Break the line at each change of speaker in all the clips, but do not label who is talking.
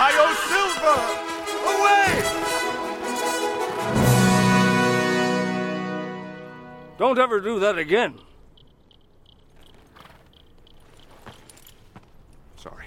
I owe silver! Away!
Don't ever do that again.
Sorry.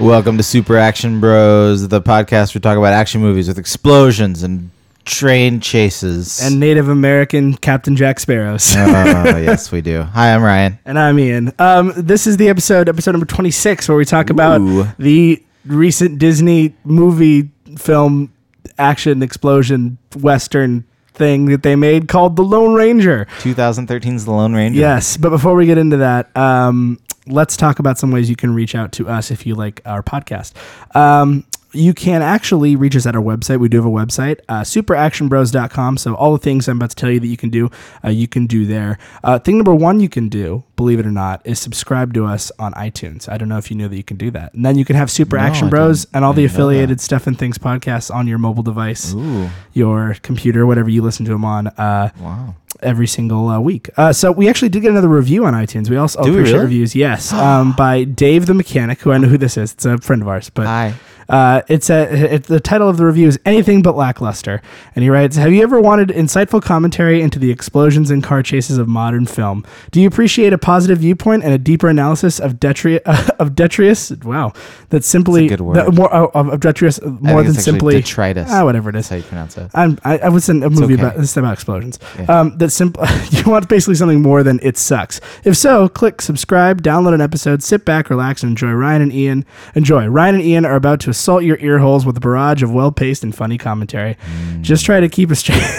Welcome to Super Action Bros, the podcast where we talk about action movies with explosions and train chases.
and Native American Captain Jack Sparrows.
oh, yes, we do. Hi, I'm Ryan.
And I'm Ian. Um, this is the episode, episode number 26, where we talk about
Ooh.
the recent Disney movie film action explosion western thing that they made called The Lone Ranger.
2013's The Lone Ranger.
Yes, but before we get into that, um, let's talk about some ways you can reach out to us if you like our podcast. Um, you can actually reach us at our website. We do have a website, uh, superactionbros.com. So, all the things I'm about to tell you that you can do, uh, you can do there. Uh, thing number one you can do, believe it or not, is subscribe to us on iTunes. I don't know if you knew that you can do that. And then you can have Super
No, I
Action
didn't.
Bros and all
I
the
didn't know that.
affiliated Stuff and Things podcasts on your mobile device,
Ooh,
your computer, whatever you listen to them on. Uh,
wow.
every single uh, week. Uh, so we actually did get another review on iTunes. We also
Do we
appreciate
really?
reviews. Yes, um, by Dave the mechanic, who I know who this is. It's a friend of ours, but.
Hi.
Uh, it's a it, the title of the review is anything but lackluster, and he writes: Have you ever wanted insightful commentary into the explosions and car chases of modern film? Do you appreciate a positive viewpoint and a deeper analysis of detri- of detritus? Wow, that's simply
good word.
that- more of, of detritus more
think
than
it's actually
simply
detritus.
Ah, whatever it
That's
is.
how you pronounce it.
I'm, I, I was in a
okay.
movie about this is about explosions.
Yeah.
Um, that simple. you want basically something more than it sucks. If so, click subscribe, download an episode, sit back, relax, and enjoy. Ryan and Ian enjoy. Ryan and Ian are about to assault your ear holes with a barrage of well-paced and funny commentary.
Mm.
Just try to keep a straight.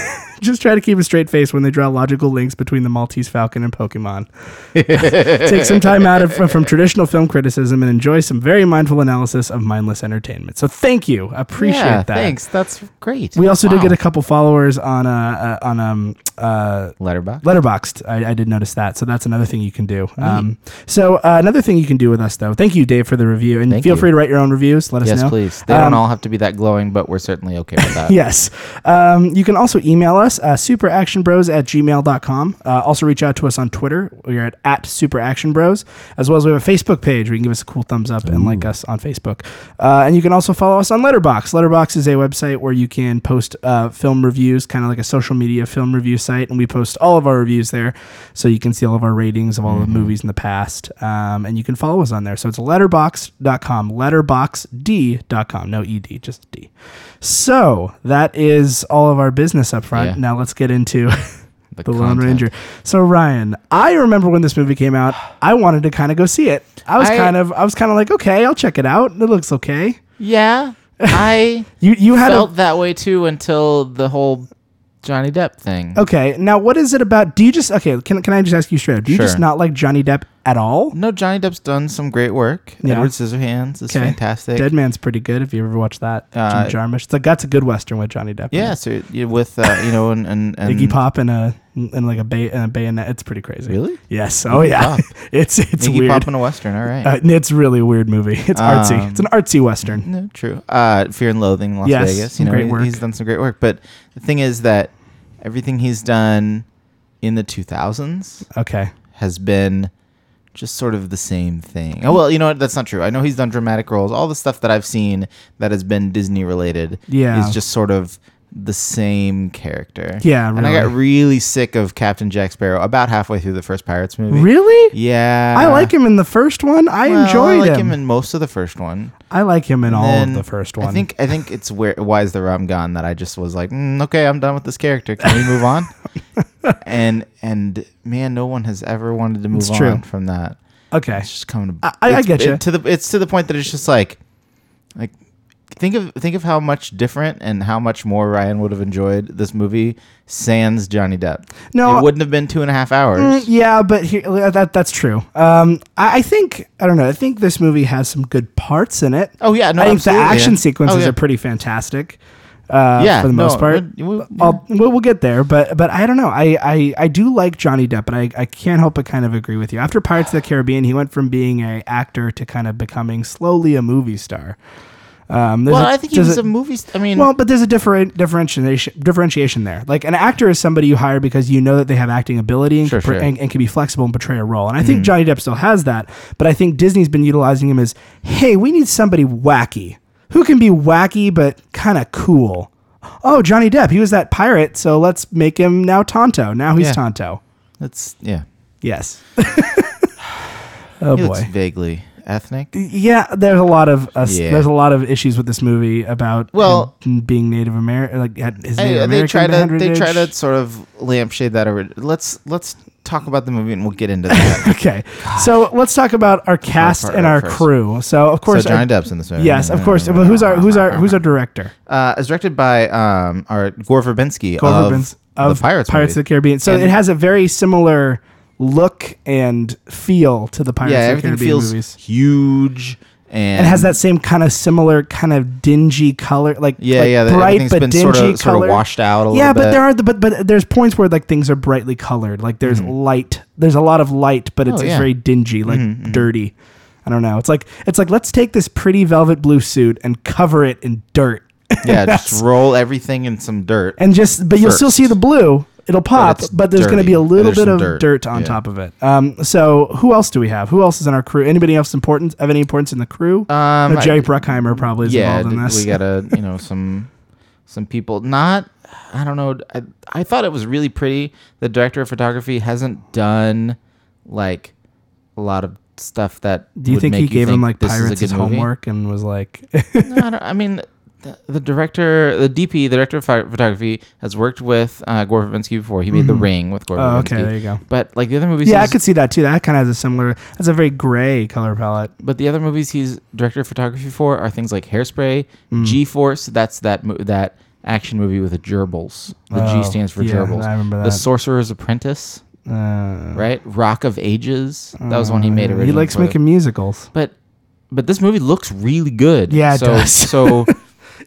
Just try to keep a straight face when they draw logical links between the Maltese Falcon and Pokemon. Take some time out of, from traditional film criticism and enjoy some very mindful analysis of mindless entertainment. So, thank you. Appreciate
Yeah,
that.
Thanks. That's great.
We also did
Wow.
get a couple followers on uh, uh, on um uh
letterbox.
letterboxed. I, I did notice that, so that's another thing you can do. Um, so uh, another thing you can do with us though. Thank you, Dave, for the review, and
Thank
feel
you.
free to write your own reviews. Let us
Yes,
know.
please. They
Um,
don't all have to be that glowing, but we're certainly okay with that.
Yes. Um, you can also email us, uh, superactionbros at gmail.com. Uh, also, reach out to us on Twitter. We're at, at superactionbros, as well as we have a Facebook page where you can give us a cool thumbs up and like us on Facebook. Uh, and you can also follow us on Letterbox. Letterbox is a website where you can post uh, film reviews, kind of like a social media film review site. And we post all of our reviews there. So you can see all of our ratings of all
Mm-hmm.
the movies in the past. Um, and you can follow us on there. So it's letterbox.com, letterboxd.com. No ED, just D. So that is all of our business up front.
Yeah.
Now let's get into
The,
the Lone
content.
Ranger. So Ryan, I remember when this movie came out, I wanted to kind of go see it. I was
I-
kind of, I was kind of like, okay, I'll check it out. It looks okay.
Yeah, I
You you had
felt
a
that way too until the whole Johnny Depp thing.
okay. Now what is it about? Do you just okay? Can can I just ask you straight? up, Do you just
Sure.
not like Johnny Depp at all?
No, Johnny Depp's done some great work.
Yeah.
Edward Scissorhands is fantastic.
Dead Man's pretty good. If you ever watched that,
Uh,
Jim Jarmusch. It's like that's a good western with Johnny Depp. in it.
Yeah, so you- with uh, you know and and, and
Iggy Pop and a and like a, bay, and a bayonet. It's pretty crazy.
Really?
Yes. Oh yeah.
Pop.
it's it's
Iggy
weird.
Pop in a western. All right.
Uh, it's really a weird movie. It's artsy.
Um,
It's an artsy western.
no, true. Uh, Fear and Loathing in Las
Yes,
Vegas. You
some
know,
great
he-
work.
he's done some great work. But the thing is that everything he's done in the 2000s
Okay.
has been just sort of the same thing. Oh well, you know what? That's not true. I know he's done dramatic roles. All the stuff that I've seen that has been Disney related
Yeah.
is just sort of the same character.
Yeah,
And I got
really.
really sick of Captain Jack Sparrow about halfway through the first Pirates movie.
Really?
Yeah.
I like him in the first one. I
Well,
enjoyed
I like
him.
him. in most of the first one.
I like him in all
Then
of the first one.
I think I think it's where why is the rum gone that I just was like, mm, okay, I'm done with this character. Can we move on? and and man, no one has ever wanted to move
It's true.
on from that.
Okay.
It's just coming. To,
I- I
it's-
get ya.
it- to the. It's to the point that it's just like, like think of think of how much different and how much more Ryan would have enjoyed this movie sans Johnny Depp.
No.
it wouldn't have been two and a half hours.
Mm, Yeah, but here, that that's true. Um, I, I think I don't know. I think this movie has some good parts in it.
Oh, yeah, no,
I think
absolutely.
the action
Yeah.
sequences
Oh, yeah.
are pretty fantastic. Uh,
Yeah,
for the most
no,
part.
it- we-
I'll, we'll, we'll get there, but but I don't know. I I, I do like Johnny Depp, and I, I can't help but kind of agree with you. After Pirates of the Caribbean, he went from being a actor to kind of becoming slowly a movie star. Um, there's
well,
a-
I think he
there's
was a, movie. St- I mean,
well, but there's a different differentiation differentiation there. Like an actor is somebody you hire because you know that they have acting ability and,
Sure,
can,
sure. Mm-hmm.
and, and can be flexible and portray a role. And I think Johnny Depp still has that, but I think Disney's been utilizing him as, hey, we need somebody wacky who can be wacky but kind of cool. Oh, Johnny Depp, he was that pirate, so let's make him now Tonto. Now he's
Yeah.
Tonto.
that's yeah.
Yes. oh
He
boy.
looks vaguely ethnic.
Yeah, there's a lot of us,
Yeah.
there's a lot of issues with this movie about
Well-
him being Native American, like had his Native
Hey,
American
they try to they
heritage.
try to sort of lampshade that. Over. Let's let's talk about the movie and we'll get into that.
Okay, so let's talk about our cast
part
and
right
our
first.
crew. So of course,
so Johnny
our-
Depp's in this movie.
Yes, of course. But who's our who's our who's our director?
Uh, it's directed by um our Gore Verbinski
Gore
of,
Verbinski
the Pirates
Pirates
movie.
of the Caribbean. So
And-
it has a very similar look and feel to the Pirates
yeah,
of the
everything
Caribbean
feels
movies.
huge and
It has that same kind of similar kind of dingy color, like
Yeah,
like
yeah, the-
bright
everything's
but
been
dingy
sorta-
color,
sorta washed out a little
yeah, but there
bit.
are the, but but there's points where like things are brightly colored, like there's light, there's a lot of light, but
Mm-hmm. Oh,
it's, it's
yeah. Mm-hmm,
very dingy, like dirty. I don't know. It's like it's like let's take this pretty velvet blue suit and cover it in dirt,
yeah, just roll everything in some dirt.
and just but you you'll still
First.
see the blue. It'll pop,
it's
but, there's going to
dirty,
be a
and
little
there's
bit
some
of dirt,
dirt.
on
Yeah.
top of it. Um, so who else do we have? Who else is in our crew? Anybody else important? Of any importance in the crew?
Um,
no,
I-
Jerry Bruckheimer probably is
yeah,
involved in
d-
this.
we gotta you know some some people. Not I don't know. I, I thought it was really pretty. The director of photography hasn't done like a lot of stuff that.
Do you
would
think he
make
gave him
think
like
this is a
Pirates'
good movie.
homework and was like,
No, I, don't- I mean, the, the director, the DP, the director of pho- photography, has worked with uh, Gore Verbinski before. He made The Ring with Gore
Oh,
Verbinski.
okay, there you go.
But like the other movies,
"Yeah, I
he's-
could see that too. That kind of has a similar. That's a very gray color palette."
but the other movies he's director of photography for are things like Hairspray,
Mm.
G Force. That's that mo- that action movie with the gerbils. The
Oh,
G stands for
yeah,
gerbils.
I remember that.
The Sorcerer's Apprentice,
Uh,
right? Rock of Ages. That was one he made originally.
Oh, He likes
for the-
making musicals.
but but this movie looks really good.
Yeah, it
so,
does.
so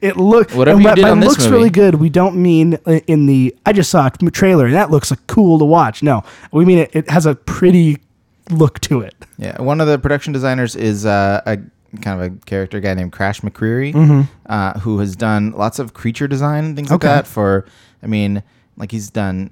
It looks
Whatever you did on this
looks
movie.
really good. We don't mean uh, in the. I just saw a m- trailer and that looks like, cool to watch. No, we mean it. It has a pretty look to it.
Yeah, one of the production designers is uh, a kind of a character guy named Crash McCreary, uh, who has done lots of creature design and things
Mm-hmm. Okay.
like that. For, I mean, like he's done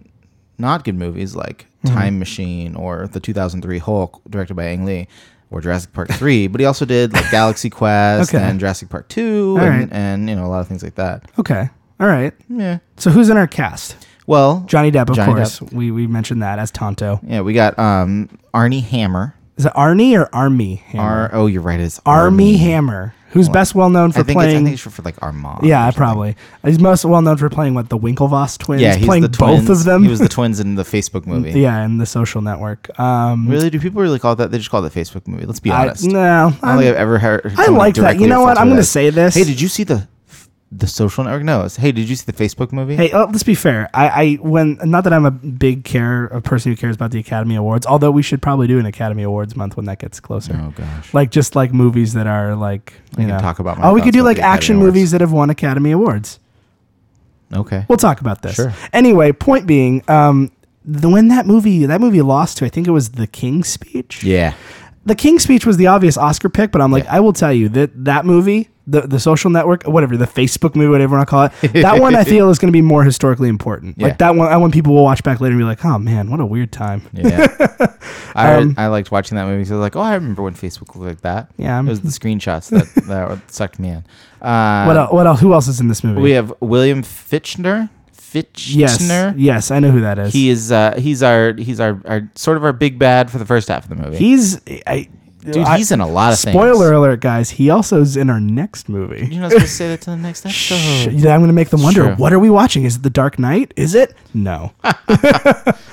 not good movies like
Mm-hmm.
Time Machine or the 2003 Hulk, directed by Ang Lee, or Jurassic Park Three. But he also did like Galaxy Quest
Okay.
and Jurassic Park Two,
All
and,
right.
and you know a lot of things like that.
Okay, all right.
Yeah.
So who's in our cast?
Well,
Johnny Depp, of
Johnny
course.
Depp.
We we mentioned that as Tonto.
Yeah, we got um Arnie Hammer.
Is it Arnie or Army? Hammer?
Ar- oh, you're right. It's
Army Hammer, who's best well known for
I think it's, I
playing.
think it's for, for like Armand. or
yeah,
something.
probably. He's most well known for playing what the Winklevoss twins.
Yeah, he's
playing
the
both
twins.
of them.
He was the twins in the Facebook movie.
yeah, in the Social Network. Um,
Really? Do people really call it that? They just call it the Facebook movie. Let's be
I,
honest.
no,
I don't think
I'm-
I've ever heard.
I
someone
like that.
directly
You know what?
offensive
I'm going to
that.
say this.
Hey, did you see the the social network? No. It's, hey, did you see the Facebook movie?
Hey, uh, let's be fair. I, I when not that I'm a big care a person who cares about the Academy Awards, although we should probably do an Academy Awards month when that gets closer.
Oh gosh.
Like just like movies that are like you
We can
know.
talk about my
Oh, we
thoughts
could do
about
like
the Academy
action
Awards.
movies that have won Academy Awards.
Okay.
We'll talk about this.
Sure.
Anyway, point being, um, the when that movie that movie lost to I think it was The King's Speech.
yeah.
The King's Speech was the obvious Oscar pick, but I'm like,
Yeah.
I will tell you that that movie, the the Social Network, whatever the Facebook movie, whatever you want to call it, that one I feel is going to be more historically important.
Yeah.
Like that one, I want people will watch back later and be like, oh man, what a weird time.
Yeah. I,
Um,
I liked watching that movie because I was like, oh, I remember when Facebook looked like that.
Yeah, I'm-
It was the screenshots that, that sucked me in. Uh,
What else, what else? Who else is in this movie?
We have William Fitchner. Fitchner.
yes, yes, I know who that is.
He is uh, he's our he's our, our sort of our big bad for the first half of the movie.
he's I,
Dude,
I-
he's in a lot of things.
Spoiler alert, guys. He also is in our next movie.
You're not supposed to say that to the next
Shh.
episode.
Yeah, I'm going to make them wonder
Sure.
what are we watching? Is it The Dark Knight? Is it? No.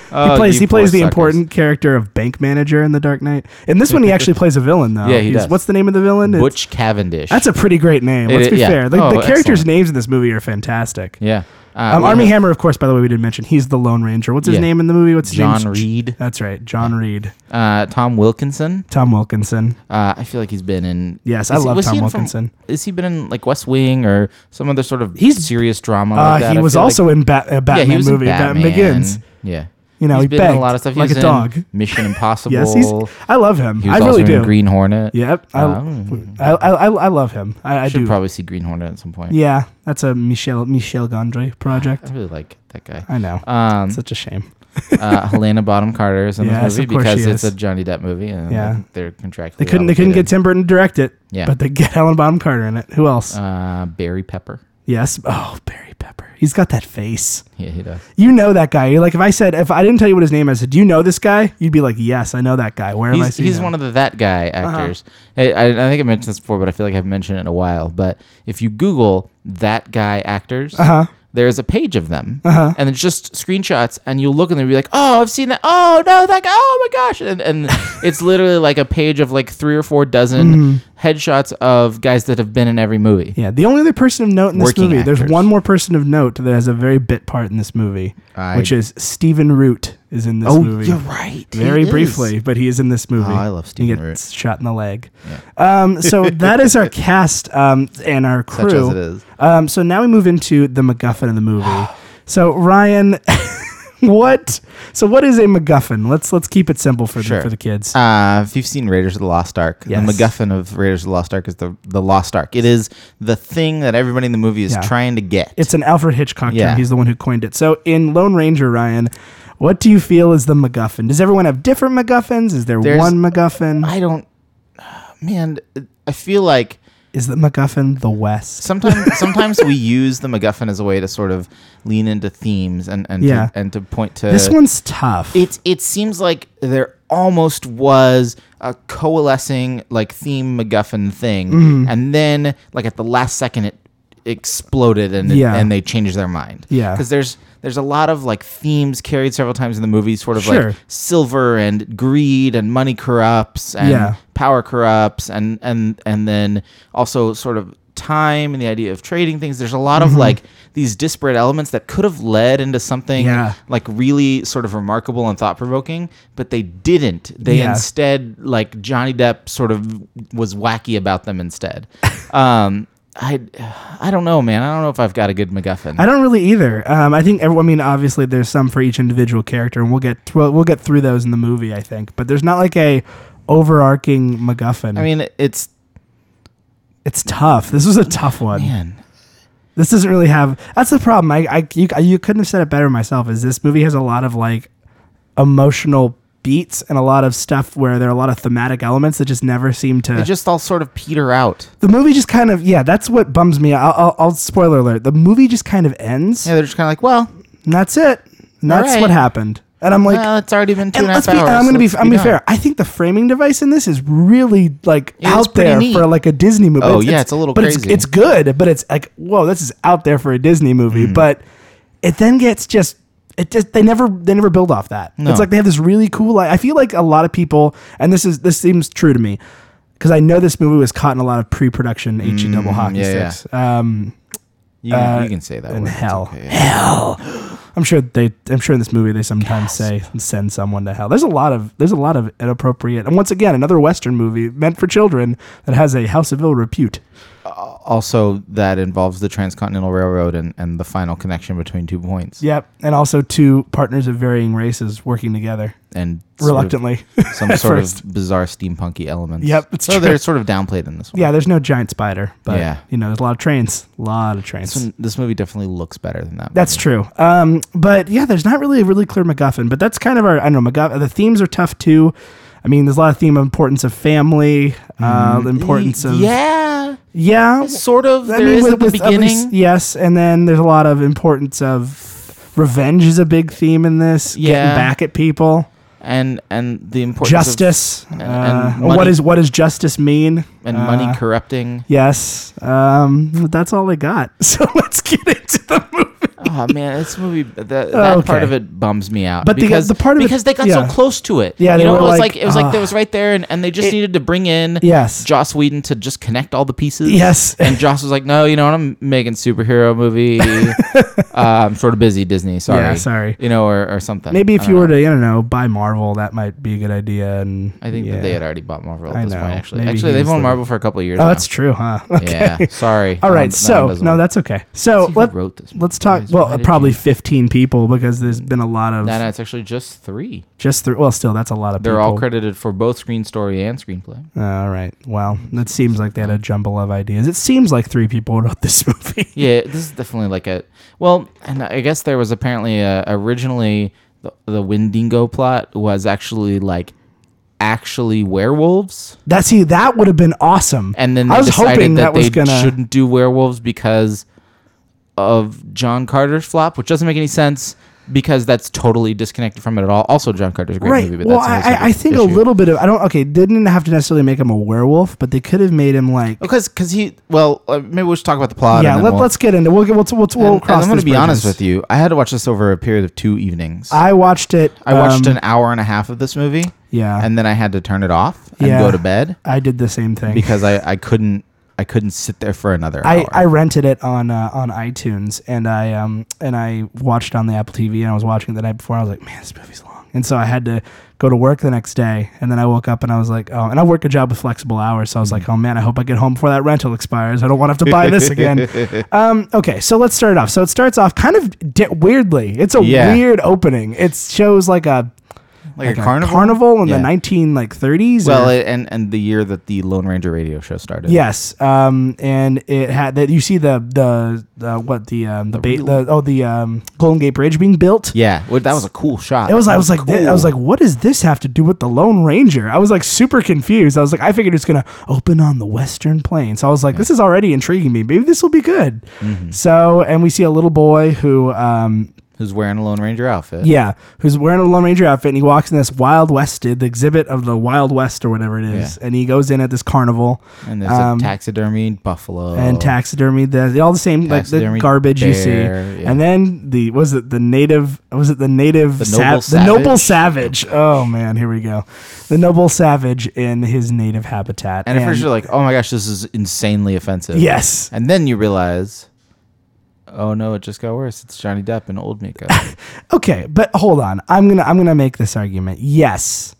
Oh,
he plays
you
he
poor
plays the
suckers.
important character of bank manager in The Dark Knight. In this one, he actually plays a villain though.
Yeah, he
He's-
does.
What's the name of the villain? It's-
Butch Cavendish.
that's a pretty great name.
It
Let's
i-
be
yeah.
fair. Like,
Oh,
the characters'
excellent.
names in this movie are fantastic.
yeah. Uh,
Um,
we
Army
have
Hammer, of course. By the way, we didn't mention he's the Lone Ranger. What's his
Yeah.
name in the movie? What's his
John
name?
Reed.
That's right, John Reed.
Uh, Tom Wilkinson.
Tom Wilkinson.
Uh, I feel like he's been in.
Yes, I
Is he-
love
was he
Tom
in from-
Wilkinson.
is he been in like West Wing or some other sort of
He's-
serious drama?
Uh,
like that?
he
Oh I
was
feel like-
also in Bat- a Batman
yeah, he was in
movie, Batman. Begins.
Yeah.
You know,
he's
he
been in a
begged
lot of stuff. He
like
was
a
in
dog.
Mission Impossible.
Yes, he's. I love him.
he was
I
also
really do.
in Green Hornet.
Yep. I,
Um,
I, I, I, I love him. I, I
should
do.
probably see Green Hornet at some point.
yeah, that's a Michel Michel Gondry project.
I really like that guy.
I know.
Um,
Such a shame.
uh, Helena Bonham Carter is in
Yes,
this
of
movie
course
because
she
it's
is.
a Johnny Depp movie, and
Yeah.
I think they're contractually
They couldn't. They couldn't get Tim Burton to direct it.
Yeah.
But they get Helen Bonham Carter in it. Who else?
uh, Barry Pepper.
yes. Oh, Barry Pepper. He's got that face.
Yeah, he does.
You know that guy. You're like, if I said, if I didn't tell you what his name is, I said, do you know this guy? You'd be like, yes, I know that guy. Where have I
He's,
seen
he's
him? Uh-huh.
one of the that guy actors. Hey, I, I think I mentioned this before, but I feel like I haven't mentioned it in a while. But if you Google that guy actors,
Uh-huh.
there's a page of them, and it's just screenshots, and you look and they'll be like, "Oh, I've seen that. Oh no, that guy. Oh my gosh!" And, and it's literally like a page of like three or four dozen
Mm-hmm.
headshots of guys that have been in every movie.
Yeah, the only other person of note in this
Working
movie. There's
actors.
one more person of note that has a very bit part in this movie,
I- Oh,
which is Stephen Root is in this movie.
right.
Very
He is.
briefly, but he is in this movie.
Oh, I love
He
Stephen
gets shot in the leg. Um, so that is our cast um, and our crew.
as it is.
Um, so now we move into the MacGuffin of the movie. so Ryan, what? So what is a MacGuffin? Let's let's keep it simple for
Sure.
the, for the kids.
Uh, if you've seen Raiders of the Lost Ark, the
Yes.
MacGuffin of Raiders of the Lost Ark is the the Lost Ark. It is the thing that everybody in the movie is
Yeah.
trying to get.
It's an Alfred Hitchcock
Yeah.
term. He's the one who coined it. So in Lone Ranger, Ryan, what do you feel is the MacGuffin? Does everyone have different MacGuffins? Is there
There's-
one MacGuffin?
I don't, man. I feel like
is the MacGuffin the West?
sometimes sometimes we use the MacGuffin as a way to sort of lean into themes and and
Yeah.
to, and to point to
This one's tough.
It's it seems like there almost was a coalescing like theme MacGuffin thing,
Mm-hmm.
and then like at the last second it exploded and
Yeah.
and they changed their mind.
Yeah.
because there's there's a lot of like themes carried several times in the movie, sort of
Sure.
like silver and greed and money corrupts and
Yeah.
power corrupts and and and then also sort of time and the idea of trading things there's a lot
Mm-hmm.
of like these disparate elements that could have led into something
Yeah.
like really sort of remarkable and thought provoking, but they didn't. They
Yeah.
instead like Johnny Depp sort of was wacky about them instead. um, I I don't know, man. I don't know if I've got a good MacGuffin.
I don't really either. Um, I think everyone. I mean, obviously, there's some for each individual character, and we'll get well, we'll get through those in the movie, I think. But there's not like a overarching MacGuffin.
I mean, it's
it's tough. This was a tough one.
man.
This doesn't really have. That's the problem. I, I you, you couldn't have said it better myself. Is this movie has a lot of like emotional beats and a lot of stuff where there are a lot of thematic elements that just never seem to.
They just all sort of peter out.
the movie just kind of yeah. That's what bums me. out. I'll, I'll, I'll spoiler alert. The movie just kind of ends,
Yeah, they're just kind of like, well,
and that's it. And
All
that's
right.
what happened. And I'm like,
well, it's already been two
and
and a half
let's be, and
hours.
I'm gonna be,
let's
I'm gonna be
done.
fair. I think the framing device in this is really like
Yeah, it's
out
pretty
there
neat.
for like a Disney movie.
Oh, yeah, it's a little
but
crazy.
It's, it's good, but it's like whoa, this is out there for a Disney movie.
Mm.
But it then gets just. It just they never they never build off that.
No.
It's like they have this really cool. I I feel like a lot of people, and this is this seems true to me, because I know this movie was caught in a lot of pre-production HE double hockey
Mm, yeah, yeah.
sticks. Um,
You, can-
uh,
you can say that.
in
word. It's
hell.
okay.
Hell. I'm sure they. I'm sure in this movie they sometimes say send someone to hell. There's a lot of there's a lot of inappropriate and once again another Western movie meant for children that has a House of Ill repute.
Also, that involves the Transcontinental Railroad and, and the final connection between two points.
Yep, and also two partners of varying races working together
and sort of
reluctantly.
some
at
sort
first.
of bizarre steampunky elements.
Yep, it's
so
true.
they're sort of downplayed in this one.
yeah, there's no giant spider, but
Yeah.
you know there's a lot of trains, a lot of trains.
this, one- this movie definitely looks better than that.
That's true. Um, but yeah, there's not really a really clear MacGuffin, but that's kind of our, I don't know, MacGuff- the themes are tough too. I mean, there's a lot of theme of importance of family, uh, the
movie.
importance of,
Mm-hmm. yeah,
yeah.
sort of.
I
There
mean,
is
with-
at the
with at
beginning.
least- yes. And then there's a lot of importance of revenge is a big theme in this. Getting
Yeah.
back at people.
and and the importance
Justice.
and
uh, what
money.
is, what does justice mean?
of, and
Uh,
money corrupting.
Yes. Um, that's all I got. So let's get into the movie.
Oh oh man, this movie that, that
Okay.
part of it bums me out.
But the- uh,
because
the part of it-
because they got
yeah.
so close to it.
Yeah,
you
they
know
were
it was
like,
like, it was like
ah.
that was right there, and, and they just needed to bring in
Yes.
Joss Whedon to just connect all the pieces.
Yes.
and Joss was like, no, you know what? I'm making superhero movie. uh, I'm sort of busy, Disney. Sorry,
Yeah, sorry.
You know, or, or something.
Maybe if
I
you
don't
were
know.
to, I don't know, buy Marvel, that might be a good idea. And
I think
yeah.
that they had already bought Marvel at
I
this
know.
point. Actually,
Maybe
actually,
he
they've
was
owned
the-
Marvel for a couple of years.
Oh,
now.
that's true, huh? Okay.
Yeah, sorry.
All
That
right.
one- that
so
one doesn't
no,
work.
that's okay. So
See who
let,
wrote this one.
let's talk.
Guys, why
Well, uh,
did
probably
you-
15 people because there's been a lot of
No, no, it's actually just three.
just through. Well, still, that's a lot of
They're
people.
all credited for both screen story and screenplay.
All right. Well, that seems like they had a jumble of ideas. It seems like three people wrote this movie.
Yeah, this is definitely like a well, and I guess there was apparently a, originally the, the Windingo plot was actually like actually werewolves,
That see, that would have been awesome.
and then they
I was
decided
hoping
that,
that, was
they
gonna.
shouldn't do werewolves because of John Carter's flop, which doesn't make any sense because that's totally disconnected from it at all. Also, John Carter's a great
Right.
movie, but
well,
that's
I, I, I think a little bit of I don't. Okay, didn't have to necessarily make him a werewolf, but they could have made him like.
because because he well uh, maybe we'll just talk about the plot.
yeah.
and then
Let,
we'll-
Let's get into. We'll get. We'll, we'll, we'll
and- and
cross.
I'm going to
those
be honest
bridges.
with you. I had to watch this over a period of two evenings.
I watched it.
I watched
um,
an hour and a half of this movie.
Yeah.
And then I had to turn it off and
Yeah.
go to bed
I did the same thing.
because I, I couldn't I couldn't sit there for another
I,
hour.
I rented it on uh, on iTunes and I um and I watched it on the Apple TV and I was watching it the night before and I was like man this movie's long and so I had to go to work the next day and then I woke up and I was like oh and I work a job with flexible hours
Hmm.
so I was like oh man I hope I get home before that rental expires I don't want to have to buy this again um okay so let's start it off so it starts off kind of di- weirdly it's a
Yeah.
weird opening it shows like a
like,
like
a carnival.
in the
Yeah.
nineteen like thirties
Well, it, and and the year that the Lone Ranger radio show started.
Yes, um, and it had that you see the the uh, what the um, the, ba-
real-
the oh the um, Golden Gate Bridge being built.
Yeah. Well, that was a cool shot.
It was. I was like, I was
cool.
like, what does this have to do with the Lone Ranger? I was like super confused. I was like, I figured it's gonna open on the Western Plains. So I was like, this is already intriguing me. Maybe this will be good.
Mm-hmm.
So, and we see a little boy who, um,
who's wearing a Lone Ranger outfit.
yeah, who's wearing a Lone Ranger outfit, and he walks in this Wild Wested, the exhibit of the Wild West or whatever it is,
Yeah.
and he goes in at this carnival.
And there's
Um,
a taxidermy buffalo.
and taxidermy the all the same like the
Oh. Taxidermy
garbage you see
bear, yeah.
and then the was it the native was it the native
The
sav-
noble
the noble savage oh man here we go the noble savage in his native habitat
And at first you're like, oh my gosh, this is insanely offensive.
yes
And then you realize, oh no, it just got worse. It's Johnny Depp and old Miko.
okay but hold on i'm gonna i'm gonna make this argument yes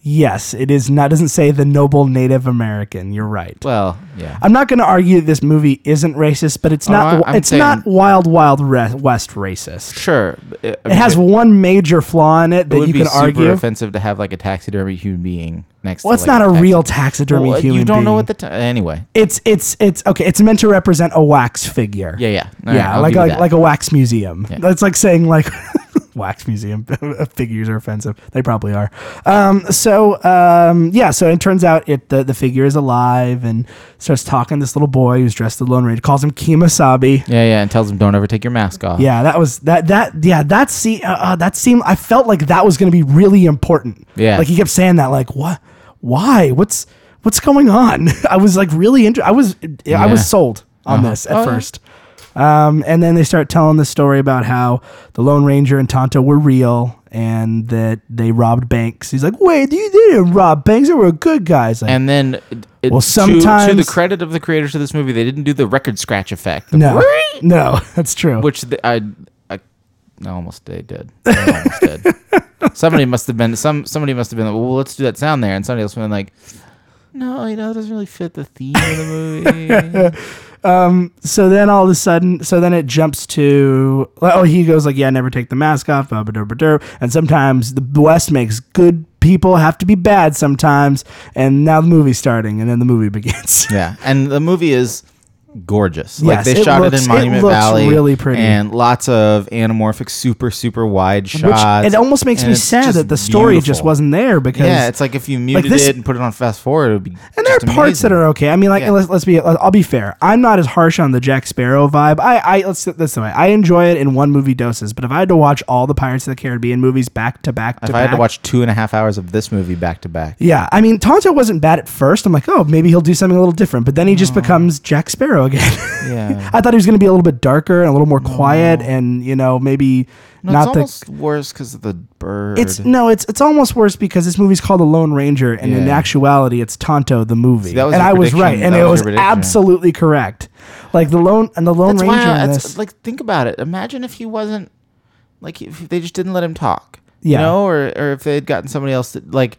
yes it is not doesn't say the noble native american you're right
well, yeah.
I'm not going to argue that this movie isn't racist, but it's
Oh,
not.
no, I- I'm
it's not
saying-
Wild Wild Re- West racist.
Sure. but It, I
It
mean,
has
it-
one major flaw in it
it
that
would
you
be
can
super
argue.
offensive to have like a taxidermy human being next.
Well,
to
it's
like,
not a
taxi-
real taxidermy
Well,
human.
You don't know
being.
what the ta- anyway.
it's it's it's okay. It's meant to represent a wax figure.
Yeah, yeah. All right,
yeah,
I'll
like
give you
like,
that.
like a wax museum.
Yeah.
That's like saying like wax museum figures are offensive. They probably are. Um, so um, yeah, so it turns out it the, the figure is alive and starts talking to this little boy who's dressed as the Lone Ranger. Calls him Kimasabi.
yeah, yeah, and tells him don't ever take your mask off.
Yeah, that was that that yeah that see uh, uh, that seemed I felt like that was going to be really important.
Yeah.
like he kept saying that like what why what's what's going on? I was like really into I was I
Yeah.
was sold on
Uh-huh.
this at
Oh, yeah.
first. Um, and then they start telling the story about how the Lone Ranger and Tonto were real and that they robbed banks. He's like, wait, you didn't rob banks. They were good guys. Like,
And then, it, it-
Well,
to- to,
sometimes-
the credit of the creators of this movie, they didn't do the record scratch effect. The
no,
whir-
no, that's true.
which the, I, I, I almost they did. I almost did. Somebody must have been some. Somebody must have been like, well, let's do that sound there, and somebody else would have been like, no, you know, it doesn't really fit the theme of the movie.
so then all of a sudden, so then it jumps to oh he goes like yeah never take the mask off blah, blah, blah, blah, blah. and sometimes the West makes good people have to be bad sometimes and now the movie's starting and then the movie begins.
yeah, and the movie is gorgeous. like
Yes,
they
it
shot
looks-
it
it
in Monument
looks
Valley,
really pretty.
and lots of anamorphic, super super wide shots.
Which it almost makes
and
me
it's
sad
just
that the story just
beautiful.
wasn't there because
Yeah, it's like if you muted
this-
it and put it on fast forward, it would be.
And there are parts that are okay. I mean, like
Yeah.
let's, let's be. I'll be fair. I'm not as harsh on the Jack Sparrow vibe. I, I let's put it this way. I enjoy it in one movie doses. But if I had to watch all the Pirates of the Caribbean movies back to back to
If
back,
I had to watch two and a half hours of this movie back to back,
Yeah, I mean, Tonto wasn't bad at first. I'm like, oh, maybe he'll do something a little different. But then he just becomes Jack Sparrow again.
Yeah.
I thought he was going to be a little bit darker and a little more quiet, and you know maybe
No,
not
it's almost
the.
worse because of the bird.
It's no, it's it's almost worse because this movie's called The Lone Ranger, and in
Yeah.
actuality, it's Tonto the movie.
that was
and
your
I was
prediction.
right, and
That
it
was your
was
prediction.
absolutely correct. Like the lone and the Lone
that's
Ranger.
why. I,
in
that's,
this,
like, think about it. Imagine if he wasn't like if they just didn't let him talk.
Yeah.
You know, or or if they had gotten somebody else that like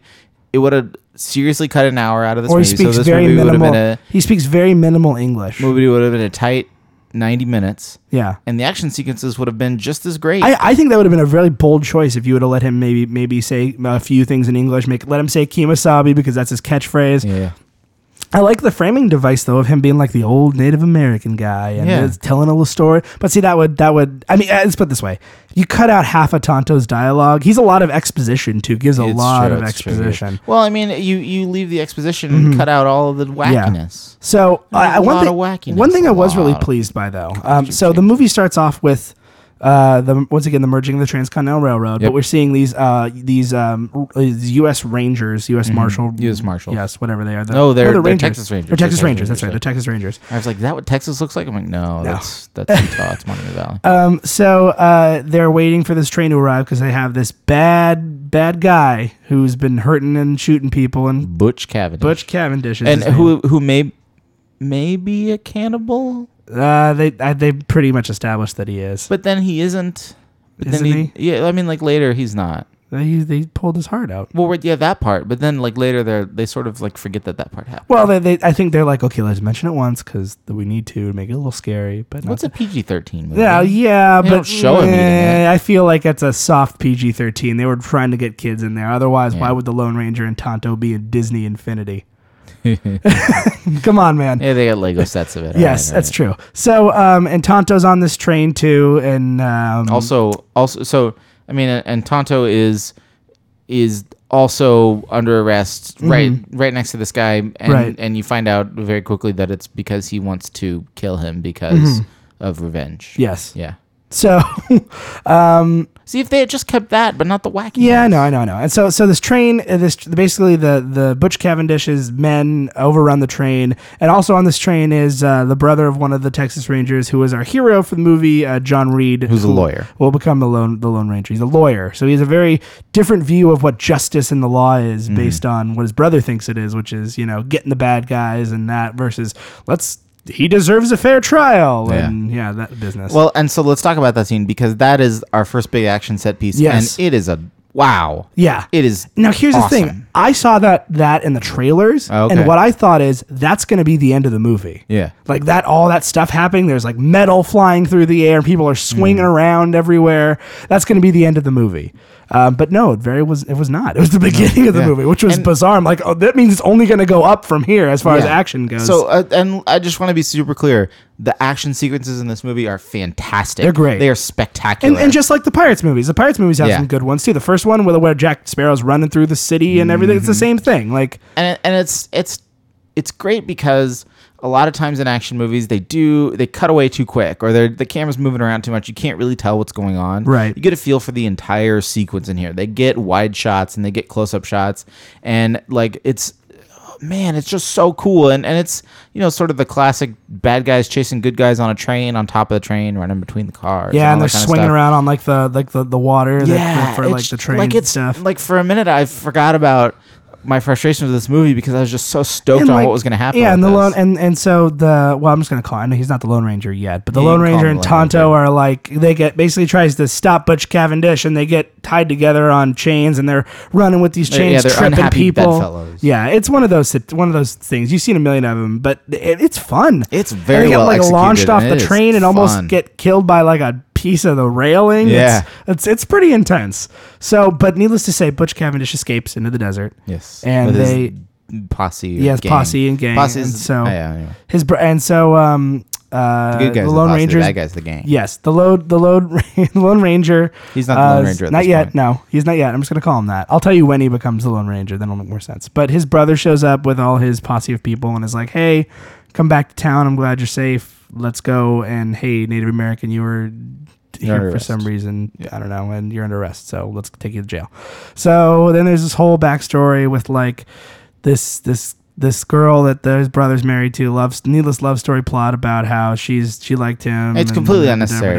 it would have seriously cut an hour out of this
or he
movie.
speaks
so this
very
movie would have
minimal.
been a
he speaks very minimal English.
movie would have been a tight ninety minutes,
Yeah.
and the action sequences would have been just as great.
I, I think that would have been a really bold choice if you would have let him maybe maybe say a few things in English. Make let him say Kimasabi because that's his catchphrase.
yeah.
I like the framing device though of him being like the old Native American guy and
Yeah.
it's telling a little story. But see, that would that would I mean, uh, let's put it this way: you cut out half of Tonto's dialogue. He's a lot of exposition too. Gives a
It's
lot
true,
of
it's true.
exposition. Mm-hmm.
Well, I mean, you you leave the exposition and cut out all of the wackiness.
So uh,
There's a
one,
lot
thing,
of wackiness,
one thing I
a
was really
lot of-
pleased by though. Um, so the movie starts off with uh, the once again the merging of the Transcontinental Railroad, but
Yep.
we're seeing these uh, these um, r- these U.S. Rangers, U.S.
Mm-hmm.
Marshal,
U.S. Marshals.
yes, whatever they are. The,
No, Oh, they're-
the
they're Texas Rangers.
They're Texas Rangers. That's right.
sorry.
They're Texas Rangers.
I was like, "Is that what Texas looks like?" I'm like, "No, that's that's Utah. It's Monument Valley."
Um, so uh, they're waiting for this train to arrive because they have this bad bad guy who's been hurting and shooting people and
Butch Cavendish.
Butch Cavendish is
and
his
who who may may be a cannibal,
name. uh, they uh, they pretty much established that he is.
but then he isn't. But
Isn't
then Yeah, I mean, like later he's not.
They they pulled his heart out.
Well, right, yeah, that part. But then like later they are they sort of like forget that that part happened.
Well, they, they I think they're like, okay, let's mention it once because we need to make it a little scary. But not
What's a PG-13 movie?
Yeah, yeah,
They
but
don't show him eating
eh,
it.
I feel like it's a soft PG thirteen. They were trying to get kids in there. Otherwise, why
Yeah.
would the Lone Ranger and Tonto be in Disney Infinity? Come on, man.
Yeah, they got Lego sets of it.
yes,
Alright,
that's
alright.
true. So, um, and Tonto's on this train too, and um,
Also, also, so I mean, and, and Tonto is is also under arrest, right, right next to this guy, and
Mm-hmm. Right.
and you find out very quickly that it's because he wants to kill him because of revenge.
Mm-hmm. yes.
yeah.
So,
See if they had just kept that, but not the wacky.
Yeah, I know, I know, I know. And so, so this train, uh, this basically the the Butch Cavendish's men overrun the train, and also on this train is uh, the brother of one of the Texas Rangers, who is our hero for the movie, uh, John Reed,
Who's a
who
lawyer.
Will become the lone the Lone Ranger. He's a lawyer, so he has a very different view of what justice and the law is,
Mm-hmm.
based on what his brother thinks it is, which is you know getting the bad guys and that versus let's he deserves a fair trial
Yeah.
and yeah that business.
Well, and so let's talk about that scene because that is our first big action set piece.
Yes.
And it is a wow.
yeah,
It is.
Now here's the thing.
awesome. Ah,
I saw that that in the trailers,
Okay.
and what I thought is that's going to be the end of the movie.
Yeah.
Like that, all that stuff happening. There's like metal flying through the air. People are swinging
Mm.
around everywhere. That's going to be the end of the movie. Um, but no, it very was. It was not. It was the beginning of the
Yeah.
movie, which was
And-
bizarre. I'm like, oh, that means it's only going to go up from here as far as
Yeah.
action goes.
So, uh, and I just want to be super clear: the action sequences in this movie are fantastic.
They're great.
They are spectacular.
And, and just like the Pirates movies, the Pirates movies have
Yeah.
some good ones too. The first one, where, where Jack Sparrow's running through the city and everything,
Mm-hmm.
it's the same thing. Like,
and and it's it's it's great because a lot of times in action movies they do they cut away too quick or they're, the camera's moving around too much you can't really tell what's going on
Right.
you get a feel for the entire sequence in here they get wide shots and they get close-up shots and like it's oh, man it's just so cool and and it's you know sort of the classic bad guys chasing good guys on a train on top of the train running between the cars
Yeah,
all
and they're
that kinda
swinging
stuff
around on like the like the, the water that- that, for like
it's-
the train
like it's,
stuff.
Like for a minute, I forgot about my frustration with this movie because I was just so stoked on
like,
what was going to happen.
Yeah, and the
with
lone
this.
and and so the well, I'm just gonna call. I know he's not the Lone Ranger yet, but the
Yeah, you
Lone
can call
Ranger
him
and
the Lone
Tonto
Ranger.
are like they get basically tries to stop Butch Cavendish, and they get tied together on chains, and they're running with these
They're-
chains,
yeah, they're
tripping
unhappy
people.
bedfellows.
Yeah, it's one of those sit- one of those things. You've seen a million of them, but it, it's fun.
It's
And
very
they get
well
like
executed,
launched off
and
the
it is
train and almost
fun.
get killed by like a piece of the railing.
Yeah.
it's, it's it's pretty intense. So, but needless to say, Butch Cavendish escapes into the desert.
yes,
and
with his
they-
posse, or
Yes,
gang.
posse and gang,
posse.
and
Is,
so-
oh, yeah, anyway.
His br- and so um uh
good guys,
the
the,
Lone
posse,
Rangers.
the bad guys, the gang.
Yes, the load the load the Lone Ranger.
He's not the Lone
is-
Ranger at
not
this
yet.
point.
No, he's not yet. I'm just gonna call him that. I'll tell you when he becomes the Lone Ranger. Then it'll make more sense. But his brother shows up with all his posse of people and is like, "Hey, come back to town. I'm glad you're safe. Let's go." And hey, Native American, you were
You're
here
under
for some
arrest.
reason. I don't know, and you're under arrest. So let's take you to jail. So then there's this whole backstory with like this this this girl that his brother's married to loves needless love story plot about how she's she liked him.
It's
and-
completely unnecessary.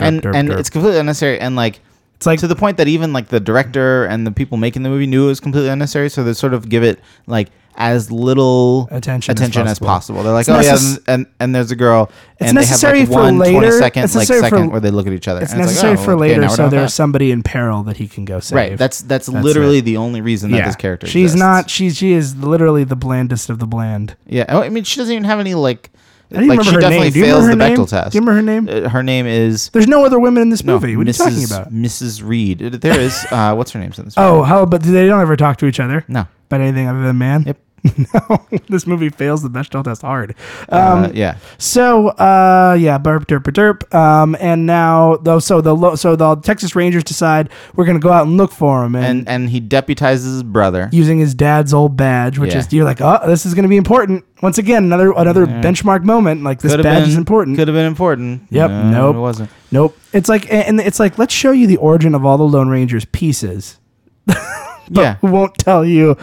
and and it's completely unnecessary and like
It's like-
to the point that even like the director and the people making the movie knew it was completely unnecessary so they sort of give it like as little
Attention as
attention as,
possible.
possible. they're like
It's
oh yeah
necess-
and, and and there's a girl
It's
and they have
necessary
like
for
one
later-
20 second
it's
like
necessary for-
second where they look at each other
It's
and
necessary
like, oh,
for
okay,
later,
now we're
so
done with
there's
that.
somebody in peril that he can go save.
right that's that's,
That's
literally
it.
the only reason that this character
She's
exists.
not. She's she is literally the blandest of the bland.
yeah oh, i mean she doesn't even have any like
I don't even
like
remember
she
her
definitely
name. Do you
fails
remember
the
her name?
Bechtel test
Do you remember her name?
Uh, her name is
There's no other women in this movie. What
Mrs.
are you talking about?
Mrs. Reed. It- There is uh, what's her name? in this movie?
Oh, how? But they don't ever talk to each other.
No.
About anything other than man.
Yep.
no, this movie fails the Bechdel test hard.
Uh,
Um,
yeah.
So, uh, yeah, burp, derp, derp. Um, and now, though, so the lo- so the Texas Rangers decide we're gonna go out and look for him, and,
And and he deputizes his brother.
using his dad's old badge, which
Yeah.
is you're like, oh, this is gonna be important. Once again, another another benchmark moment. Like this
Could've
badge
been-
is important.
Could have been important.
Yep.
No,
nope.
It wasn't.
Nope. It's like, and it's like, let's show you the origin of all the Lone Rangers pieces.
Yeah.
who won't tell you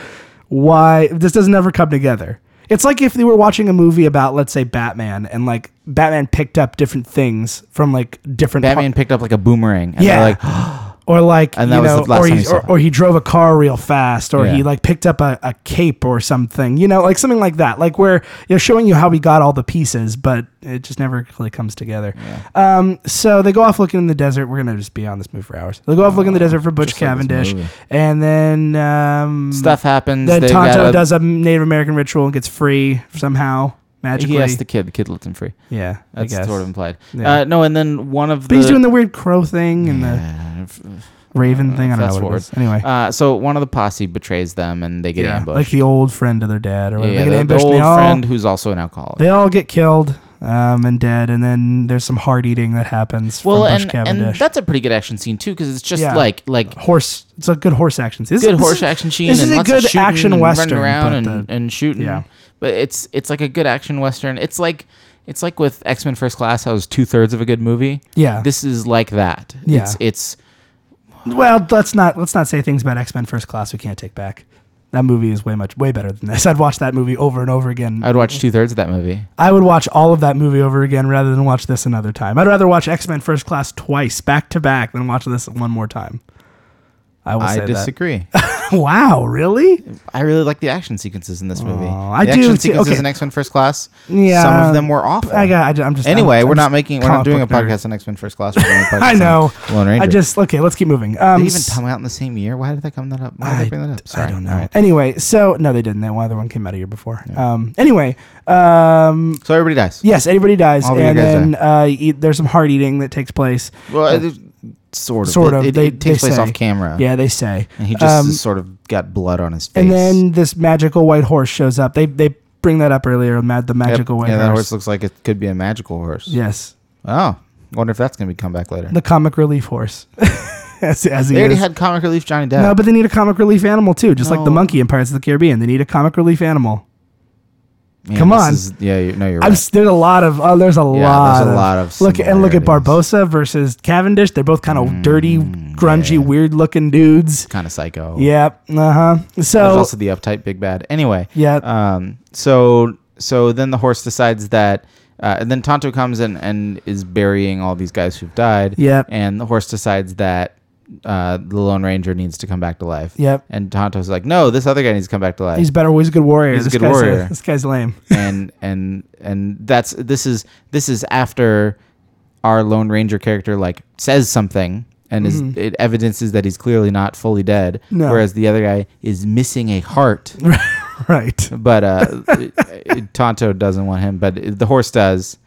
why this doesn't ever come together. It's like if they were watching a movie about, let's say, Batman, and like Batman picked up different things from like different
Batman picked up like a boomerang. And
Yeah. Um,
yeah. Like,
or like
And
you
that was
know,
the last
or,
time
he,
he saw
or,
that.
or he drove a car real fast, or he
Yeah.
like picked up a, a cape or something, you know, like something like that, like where you know showing you how he got all the pieces, but it just never really comes together. Um, so they go off looking in the desert. We're gonna just be on this movie for hours. They go off looking in the desert for Butch
Oh, like this
Cavendish,
movie.
and then um,
stuff happens.
Then
they
Tonto
gotta-
does a Native American ritual and gets free somehow magically.
He asked the kid. The kid lets him free.
yeah, I
That's
guess.
sort of implied.
Yeah.
Uh, no, and then one of the.
but he's doing the weird crow thing and
Yeah.
the raven thing. I don't know
Fast
what
forward.
it is. Anyway,
Uh, so one of the posse betrays them, and they get ambushed.
Like the old friend of their dad or
yeah,
whatever.
yeah,
they get
the, the
ambushed.
old
they, all,
friend who's also an alcoholic.
they all get killed um, and dead, and then there's some heart eating that happens
well,
from Bush
and, and
Cavendish.
that's a pretty good action scene too, because it's just
Yeah.
like like
horse. It's a good horse action. This,
good
this
horse
is-
action scene.
This
and
is a
lots of
good
shooting
action
and
western.
running around and,
but the-
and shooting.
yeah.
but it's it's like a good action western. It's like it's like with X Men First Class, how it was two thirds of a good movie.
Yeah.
this is like that.
Yeah.
it's, it's
well, let's not let's not say things about X Men First Class we can't take back. That movie is way much way better than this. I'd watch that movie over and over again.
I'd watch two thirds of that movie.
I would watch all of that movie over again rather than watch this another time. I'd rather watch X Men First Class twice, back to back, than watch this one more time. I will
I
say that.
disagree.
Wow, really?
I really like the action sequences in this movie.
Aw, I
the
do
action
too.
sequences
Okay.
in X Men First Class.
Yeah,
some of them were awful.
I got. I, am just.
Anyway,
I'm-
we're
I'm
not
just
making. We're not
comic
doing a
book nerd.
podcast on X Men First Class. We're doing a podcast
I know.
On Lone Ranger.
I just okay. Let's keep moving. Um,
Did they even
s-
come out in the same year. Why did that come that up? Why did
I-
they bring that up? Sorry.
I don't know.
All right.
Anyway, so no, they didn't. That one other one came out a year before. Um. Anyway, um.
So everybody dies.
Yes, everybody dies,
All the
and
guys
then uh, you eat, there's some heart eating that takes place.
Well, it, it- sort of.
Sort
It-
of.
It,
They-
it takes
they
place
say.
off camera.
Yeah, they say.
And he just
Um,
sort of got blood on his face.
and then this magical white horse shows up. They they bring that up earlier. ma- The
Yep.
magical white
yeah, that
horse.
horse looks like it could be a magical horse.
yes,
Oh, wonder if that's gonna be come back later.
the comic relief horse. as, as he
they already
is.
had comic relief Johnny Depp.
No, but they need a comic relief animal too, just like the
No.
monkey in Pirates of the Caribbean. They need a comic relief animal.
Man,
come
this
on.
is- yeah, you, no, you're
I'm,
right.
s- there's a lot of oh, there's a lot.
there's a lot of
look and look at
similarities. Mm,
Barbosa versus Cavendish. They're both kind of dirty, grungy,
yeah.
weird looking dudes.
kind of psycho.
Yep. Uh huh.
There's
So
also the uptight big bad. Anyway.
Yeah.
Um. So so then the horse decides that. Uh, and then Tonto comes in and is burying all these guys who've died.
Yep.
And the horse decides that uh, the Lone Ranger needs to come back to life.
Yep.
And Tonto's like, no, this other guy needs to come back to life.
he's better. He's a good warrior.
He's a
this
good
guy's
warrior.
this guy's lame.
and and and that's this is this is after our Lone Ranger character like says something and is it evidences that he's clearly not fully dead.
Mm-hmm. No.
Whereas the other guy is missing a heart.
right.
but uh, it- it- Tonto doesn't want him, but it- the horse does.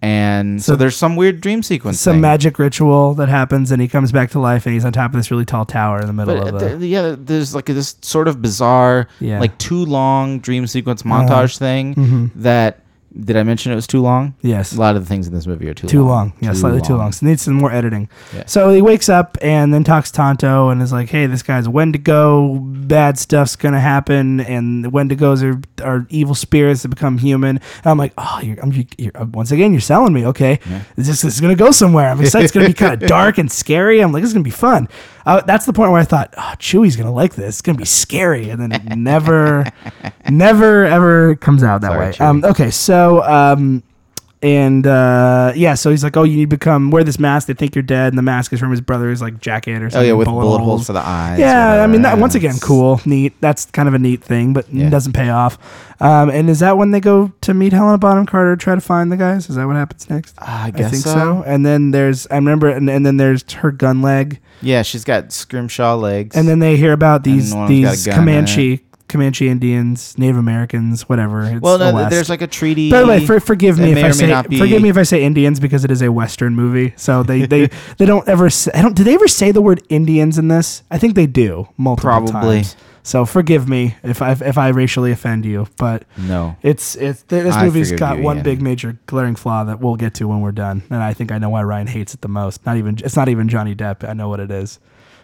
And so,
So-
there's some weird dream sequence.
Some
thing.
magic ritual that happens, and he comes back to life, and he's on top of this really tall tower in the middle
But
of
uh,
the.
th- yeah, there's like this sort of bizarre,
Yeah. Uh-huh.
like too long dream sequence montage thing that Did I mention it was too long?
Mm-hmm. Yes.
A lot of the things in this movie are too,
Too
long.
long. Yeah, slightly too long. So needs some more editing.
Yeah.
So he wakes up and then talks to Tonto and is like, hey, this guy's Wendigo. Bad stuff's going to happen. And the Wendigos are, are evil spirits that become human. And I'm like, oh, you're, I'm, you're, uh, once again, you're selling me. Okay. This, is- this is going to go somewhere. I'm excited. it's going to be kind of dark and scary. I'm like, it's going to be fun. Uh, that's the point where I thought, oh, Chewie's going to like this. It's going to be scary. And then it never, never, ever comes out that
Sorry,
way.
Chewie.
Um, okay. So. Um, and uh, yeah, so he's like, "Oh, you need to become wear this mask. They think you're dead." And the mask is from his brother's like jacket or
Oh
something.
yeah, with bullet, holes for the eyes.
Yeah, I
whatever.
mean that once
Yeah,
again,
it's-
cool, neat. That's kind of a neat thing, but
Yeah.
doesn't pay off. Um, and is that when they go to meet Helena Bonham Carter, try to find the guys? Is that what happens next?
I guess
think
so.
And then there's I remember, and, and then there's her gun leg,
Yeah, she's got scrimshaw legs.
and then they hear about these
And one of them's got a
these
gun in
Comanche Comanche Indians, Native Americans, whatever. It's
well,
the
no, th-
West.
there's like a treaty.
By the way, for, forgive
that
me
may
if I
or may
say
not be-
forgive me if I say Indians because it is a Western movie. So they they, they don't ever say, I don't do they ever say the word Indians in this? I think they do multiple
Probably.
times. So forgive me if I if I racially offend you, but
no.
it's it's th- this
I
movie's
forgive
got
you,
one
Ian.
big major glaring flaw that we'll get to when we're done, and I think I know why Ryan hates it the most. Not even it's not even Johnny Depp. I know what it is,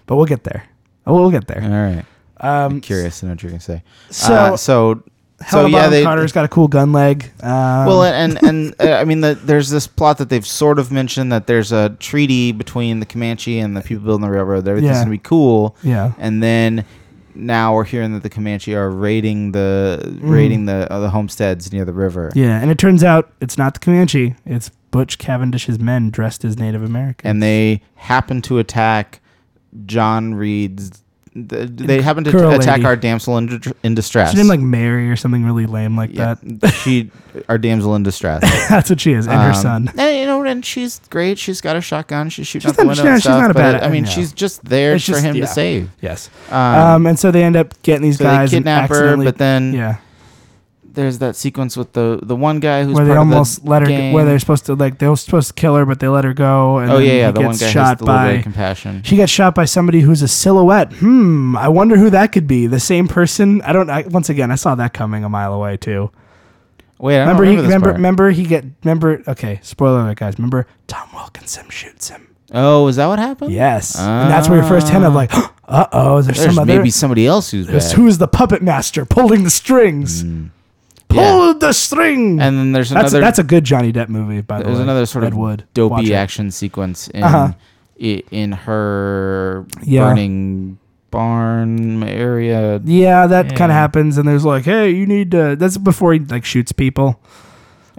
but we'll get there. Oh, we'll get there.
All right.
Um,
I'm curious to know what you're gonna say.
So-
uh, so, so
Helena
yeah,
Bonham
they.
Carter's got a cool gun leg. Um,
well, and and, and uh, I mean, the, there's this plot that they've sort of mentioned that there's a treaty between the Comanche and the people building the railroad. That everything's
Yeah.
gonna be cool.
yeah.
and then now we're hearing that the Comanche are raiding the raiding the uh, the homesteads near the river.
Mm. Yeah, and it turns out it's not the Comanche. It's Butch Cavendish's men dressed as Native American.
and they happen to attack John Reed's. th- They happen to
Girl
attack
lady.
our damsel in, dr- in distress.
She named like Mary or something really lame like
yeah,
that.
she our damsel in distress.
That's what she is, and her
Um,
son.
And, you know, and she's great. She's got her shotgun. She's shooting
She's
out the
not-
window.
she's not-
and
she's
stuff,
not a
but
bad-
I mean,
yeah.
she's just there
It's
for
just-
him
yeah.
to save.
Yes.
Um,
Um, and so they end up getting these
so they
guys. and
kidnap her,
accidentally-
but then
yeah,
there's that sequence with the the one guy who's
where they
part of the
almost let her,
gang.
where they're supposed to like they were supposed to kill her, but they let her go. And
oh
then
yeah, yeah,
he
the one
gets
guy who's
shot
the little bit
by
of compassion.
She got shot by somebody who's a silhouette. Hmm. I wonder who that could be. The same person. I don't. I, once again, I saw that coming a mile away too.
Wait, I don't
remember,
remember,
he
this
remember
part.
remember he get remember okay spoiler alert guys remember tom wilkinson shoots him
Oh, is that what happened?
yes and that's where your first hint of like uh-oh is there
There's
some other
maybe somebody else who's bad.
It's who is the puppet master pulling the strings pull
Mm, Yeah.
the string
And then there's
that's,
another
that's a good johnny depp movie by the way
there's another sort
Ed
of
Wood. Watch
dopey
it.
action sequence in
Uh-huh.
i- in her
Yeah.
burning barn area.
yeah that kind
Yeah.
of happens and there's like hey you need to that's before he like shoots people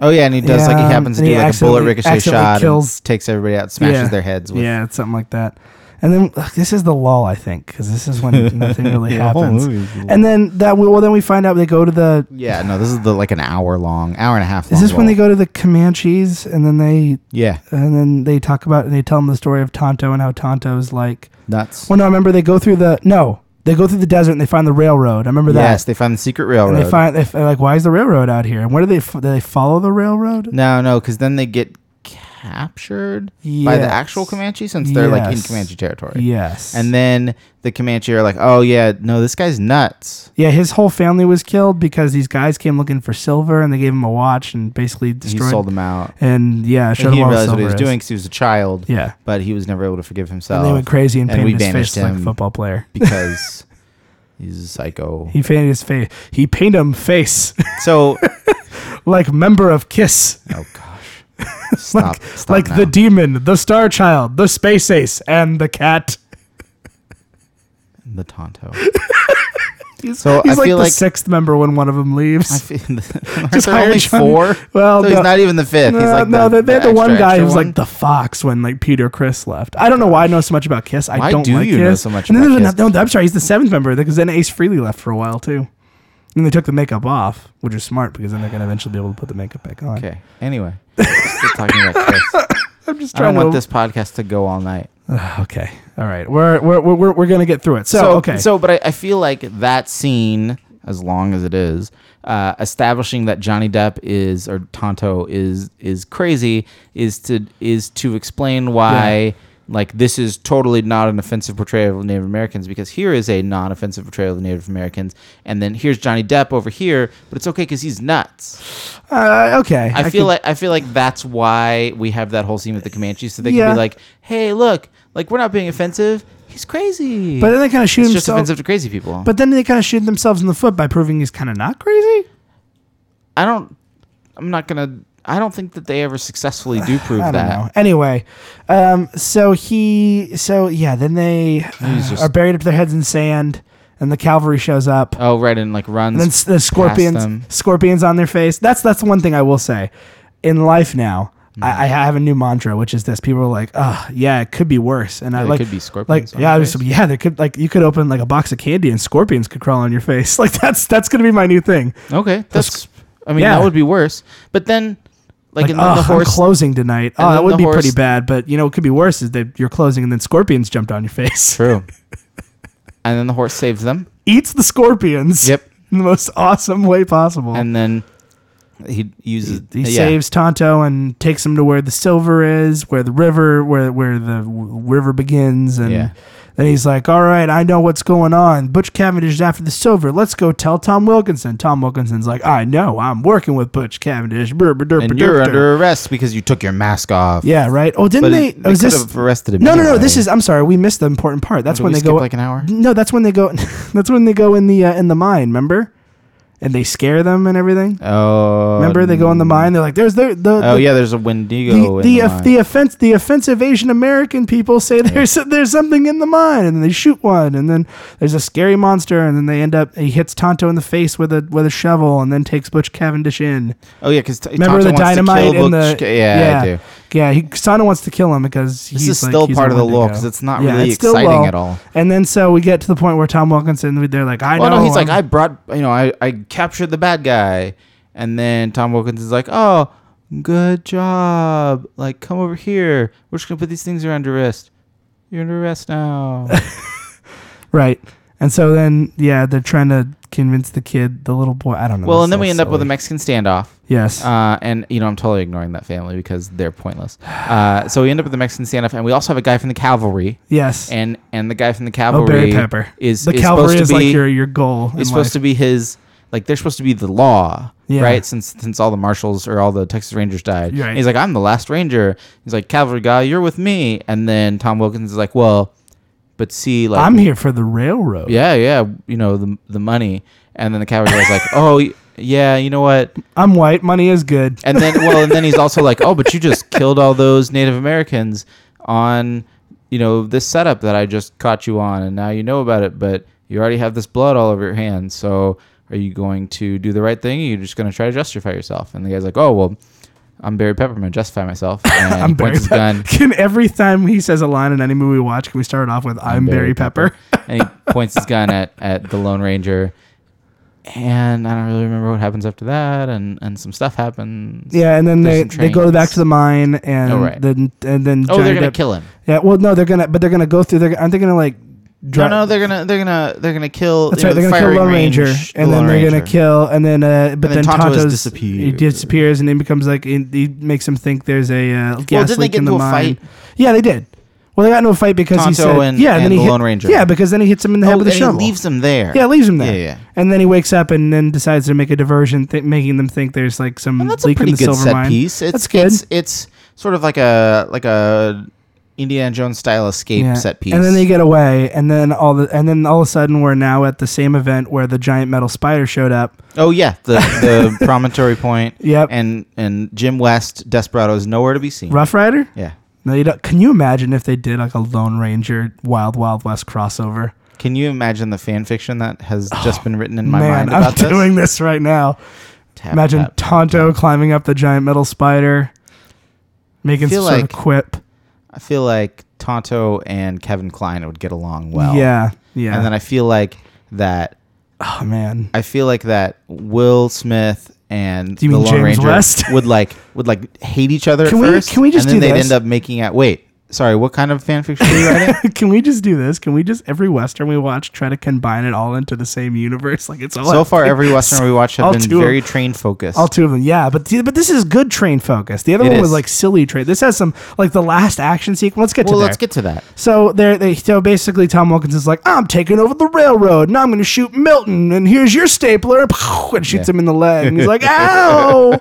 Oh yeah, and he does like he
Yeah,
happens to
and
do
he
like a bullet
accidentally-
ricochet
accidentally
shot
kills-
and takes everybody out, smashes
Yeah.
their heads with
yeah it's something like that and then ugh, this is the lull i think because this is when nothing really happens And then that well, then we find out they go to the.
yeah, no, this is the like an hour long, hour and a half.
Is this
long
when they
roll.
go to the Comanches and then they
Yeah,
and then they talk about and they tell them the story of Tonto and how Tonto's like.
nuts.
Well, no, I remember they go through the no, they go through the desert and they find the railroad. I remember that.
yes, they find the secret railroad.
and they find they f- they're like why is the railroad out here? And where do they f- do they follow the railroad?
No, no, because then they get captured by the actual
Yes.
Comanche since they're like in
Yes.
Comanche territory.
Yes.
And then the Comanche are like, oh, yeah, no, this guy's nuts.
yeah, his whole family was killed because these guys came looking for silver and they gave him a watch and basically destroyed.
He sold him out.
And yeah, showed
And he didn't
him all
realize
silver
what he was
is.
doing because he was a child,
Yeah.
but he was never able to forgive himself
And they went crazy and,
And we
painted his
banished
face like a
him.
football player.
because he's a psycho.
He painted his face. He painted him face
So,
like member of Kiss,
oh, gosh. Stop. stop
like
now.
the demon, the star child, the space ace, and the cat.
the Tonto. so
He's
I
like the
feel like.
sixth member when one of them leaves.
I feel, aren't
Just
there
hire
only
John-
four?
Well,
so he's
no.
not even the fifth. he's
Uh,
like
no,
the,
they, they had the one
extra,
guy
extra
who's
one.
like the fox when like Peter Chris left. I don't know why I know so much about Kiss. I
Why
don't
do
like
you
Kiss.
know so much
and then
about
there's
Kiss?
Another, no, I'm sorry, he's the seventh member because then Ace Freely left for a while too. And they took the makeup off, which is smart because then they're gonna eventually be able to put the makeup back on.
Okay. Anyway, still talking about Chris.
I'm just
I
trying
don't want
to
this podcast to go all night.
Okay. All right. We're we're we're, we're, we're gonna get through it. So, okay.
So, but I, I feel like that scene, as long as it is, uh, establishing that Johnny Depp is or Tonto is is crazy is to is to explain why like this is totally not an offensive portrayal of Native Americans because here is a non-offensive portrayal of Native Americans, and then here's Johnny Depp over here, but it's okay because he's nuts.
Uh, okay.
I, feel
can-
like I feel like that's why we have that whole scene with the Comanches, so they
Yeah.
can be like, "Hey, look, like we're not being offensive. He's crazy."
But then they kind of shoot
it's just
themselves.
offensive to crazy people.
But then they kind of shoot themselves in the foot by proving he's kind of not crazy.
I don't. I'm not gonna. I don't think that they ever successfully do prove
I don't
that.
know. Anyway, um, so he, so yeah, then they uh,
just-
are buried up to their heads in sand, and the cavalry shows up.
Oh, right, and like runs.
and then s- the
past
scorpions,
them.
scorpions on their face. That's that's one thing I will say. In life now,
Mm.
I, I have a new mantra, which is this: people are like, "Oh, yeah, it could be worse," and I
it
like,
could be scorpions
Like,
on
yeah,
your
I was,
face.
yeah, there could like you could open like a box of candy and scorpions could crawl on your face. Like that's that's gonna be my new thing.
Okay, that's. I mean,
yeah.
that would be worse. But then, like,
Like,
and then
oh,
the
I'm
horse.
closing tonight. Oh,
and
that
then
would
the
be pretty
horse-
bad, but you know, it could be worse is that you're closing and then scorpions jumped on your face,
True. and then the horse saves them,
eats the scorpions.
Yep.
in the most awesome way possible.
and then he uses.
Oh. He
yeah.
saves Tonto and takes him to where the silver is, where the river, where where the w- river begins, and
Yeah.
then he's like, "All right, I know what's going on. Butch Cavendish is after the silver. Let's go tell Tom Wilkinson." Tom Wilkinson's like, "I know. I'm working with Butch Cavendish." Brr, brr, brr, brr,
And you're
brr.
under arrest because you took your mask off.
Yeah, right. Oh, didn't
But
they?
they,
oh, is
could
this?
have arrested him.
No, no, no.
anyway.
This is. I'm sorry, we missed the important part. That's
Did
when
we
they
skip
go
like an hour.
No, that's when they go. that's when they go in the uh, in the mine. Remember? And they scare them and everything.
Oh.
Remember they go in the mine. They're like, "There's there the
Oh
the,
yeah, there's a Wendigo.
the
in
the,
the
of-
mine.
the offense the offensive Asian American people say there's there's something in the mine, and then they shoot one, and then there's a scary monster, and then they end up he hits Tonto in the face with a with a shovel, and then takes Butch Cavendish in.
oh yeah, because
Remember the dynamite and the
yeah, I do.
yeah. He, Tonto wants to kill him because
This
he's
is
like,
still
he's
part
a
of the law
Wendigo.
because it's not
Yeah,
really
it's still
exciting
law.
at all.
And then so we get to the point where Tom Wilkinson, they're like, I
Well,
know.
Oh, no, he's like,
I'm-
I brought, you know, I, I captured the bad guy. And then Tom Wilkins is like, oh, good job. Like, come over here. We're just going to put these things around your wrist. You're under arrest now.
right. And so then yeah, they're trying to convince the kid, the little boy. I don't know.
well,
that's
and then
so
we end up with a
silly.
Mexican standoff.
yes.
Uh, and, you know, I'm totally ignoring that family because they're pointless. Uh, so we end up with a Mexican standoff. And we also have a guy from the cavalry.
Yes.
And and the guy from the
oh, Barry
cavalry
Pepper
is,
the
is
cavalry
supposed to
is
be,
like your your goal.
It's supposed to be his like they're supposed to be the law,
Yeah.
right? Since since all the marshals or all the Texas Rangers died,
Right.
And he's like, I'm the last ranger. He's like, cavalry guy, you're with me. And then Tom Wilkins is like, well, but see, like,
I'm here for the railroad.
yeah, yeah, you know the the money. And then the cavalry guy's like, oh y- yeah, you know what?
I'm white. Money is good.
And then well, and then he's also like, oh, but you just killed all those Native Americans on you know this setup that I just caught you on, and now you know about it, but you already have this blood all over your hands. So are you going to do the right thing? Or you're just going to try to justify yourself. And the guy's like, oh well, I'm Barry Pepper. I'm going to justify myself. And he
I'm
points
Barry
his
Pepper.
gun.
Can every time he says a line in any movie we watch, can we start it off with "I'm, Barry, Pepper"?
and he points his gun at, at the Lone Ranger. And I don't really remember what happens after that, and, and some stuff happens.
Yeah, and then they,
There's some
they go
trains.
back to the mine and
Oh, right.
then and then
Oh, they're
Johnny
gonna
Depp-
kill him.
Yeah, well, no, they're gonna but they're gonna go through. They're, aren't they gonna like?
No,
dra-
no, they're gonna they're gonna they're gonna kill.
That's
you
right.
know, the
They're gonna kill
firing
Lone Ranger,
range, the
and then
Lone
they're gonna
Ranger.
kill, and then uh, but
And then
then,
Tonto has
Tonto's
disappeared.
He disappears, and then becomes like he, he makes him think there's a uh, gas
Well, didn't they
leak
get
in the
into a
mine.
fight?
Yeah, they did. Well, they got into a fight because he
Tonto
said,
and-
yeah, and, then
and
he
the
hit-
Lone Ranger.
Yeah, because then he hits him in the
Oh,
head with a
and
shovel.
He leaves them there.
yeah, leaves him there.
Yeah, yeah.
And then he wakes up and then decides to make a diversion, th- making them think there's like some
And that's a
leak
pretty
in the
good
silver
set
mine.
piece. It's,
that's good.
It's, it's sort of like a like a Indiana Jones style escape
Yeah.
set piece.
And then they get away, and then all the and then all of a sudden we're now at the same event where the giant metal spider showed up.
oh yeah, the the promontory point.
Yep.
And and Jim West, Desperado is nowhere to be seen.
Rough Rider.
Yeah.
No, you don't, can you imagine if they did like a Lone Ranger Wild Wild West crossover?
Can you imagine the fan fiction that has just been written in my
Oh, Man,
mind about
I'm
this?
doing this right now.
Tap,
Imagine
tap.
Tonto climbing up the giant metal spider, making some
Feel
sort of
like-
quip.
I feel like Tonto and Kevin Klein would get along well.
yeah, yeah.
And then I feel like that
oh man,
I feel like that Will Smith and the
you mean
Lone
James
Ranger
West?
would like would like hate each other
Can
at
we-
first.
can we just
and then
do
they'd
this?
end up making out wait. Sorry, what kind of fan fiction are you writing?
Can we just do this? Can we just every western we watch try to combine it all into the same universe? Like it's all
so far, every western we watch
All
have been
two of-
very train focused.
All two of them, yeah. But the, but this is good train focus. The other
It
one was
is.
like silly train. This has some like the last action sequence. Let's get
well,
to
let's
there.
get to that.
So there, they so basically Tom Wilkins is like, I'm taking over the railroad, and I'm going to shoot Milton, and here's your stapler, and shoots him in the leg, and he's like, ow.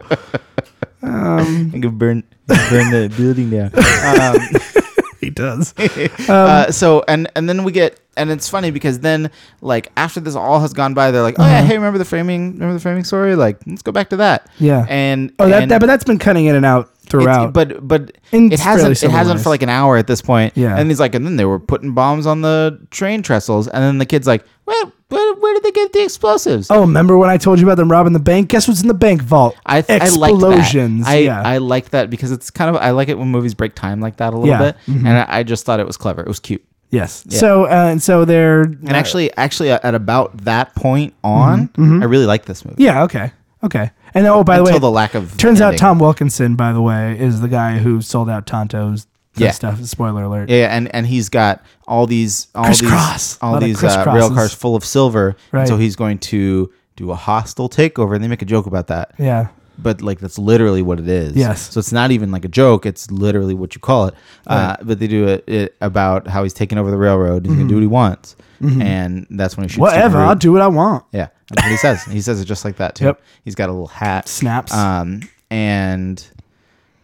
I think burn burn the building down.
he does.
Um,
Oh, Um,
uh, so and and then we get and it's funny because then like after this all has gone by, they're like, oh
Uh-huh.
yeah, hey, remember the framing? Remember the framing story? Like let's go back to that.
Yeah.
And
Oh, that,
and
that but that's been cutting in and out
it's-
throughout.
But but
In
it
fairly
hasn't it
similar
hasn't
ways.
for like an hour at this point.
Yeah.
And he's like, and then they were putting bombs on the train trestles, and then the kid's like, where where, where did they get the explosives?
oh, remember when I told you about them robbing the bank? Guess what's in the bank vault?
I th-
explosions.
I like that. I,
yeah.
I like that because it's kind of I like it when movies break time like that a little
Yeah. Mm-hmm.
bit, and I, I just thought it was clever. It was cute.
yes. So uh, and so they're
And actually, actually, at about that point on, I really like this movie.
Mm-hmm. yeah. Okay. Okay. And oh, by
Until
the way,
the lack of
turns out
ending.
Tom Wilkinson, by the way, is the guy who sold out Tonto's
Yeah.
stuff. Spoiler alert.
Yeah, yeah, and and he's got all these all
Crisscross.
these
A
all
lot of
these uh, rail
crisscrosses.
cars full of silver,
Right.
and so he's going to do a hostile takeover, and they make a joke about that.
Yeah.
But like that's literally what it is.
Yes.
So it's not even like a joke. It's literally what you call it. Uh, but they do it, it about how he's taking over the railroad. And He's gonna do what he wants, and that's when he shoots.
Mm-hmm. Whatever.
Dick
I'll
Root.
do what I want.
Yeah, that's what he says. He says it just like that too.
Yep.
He's got a little hat.
Snaps.
Um, and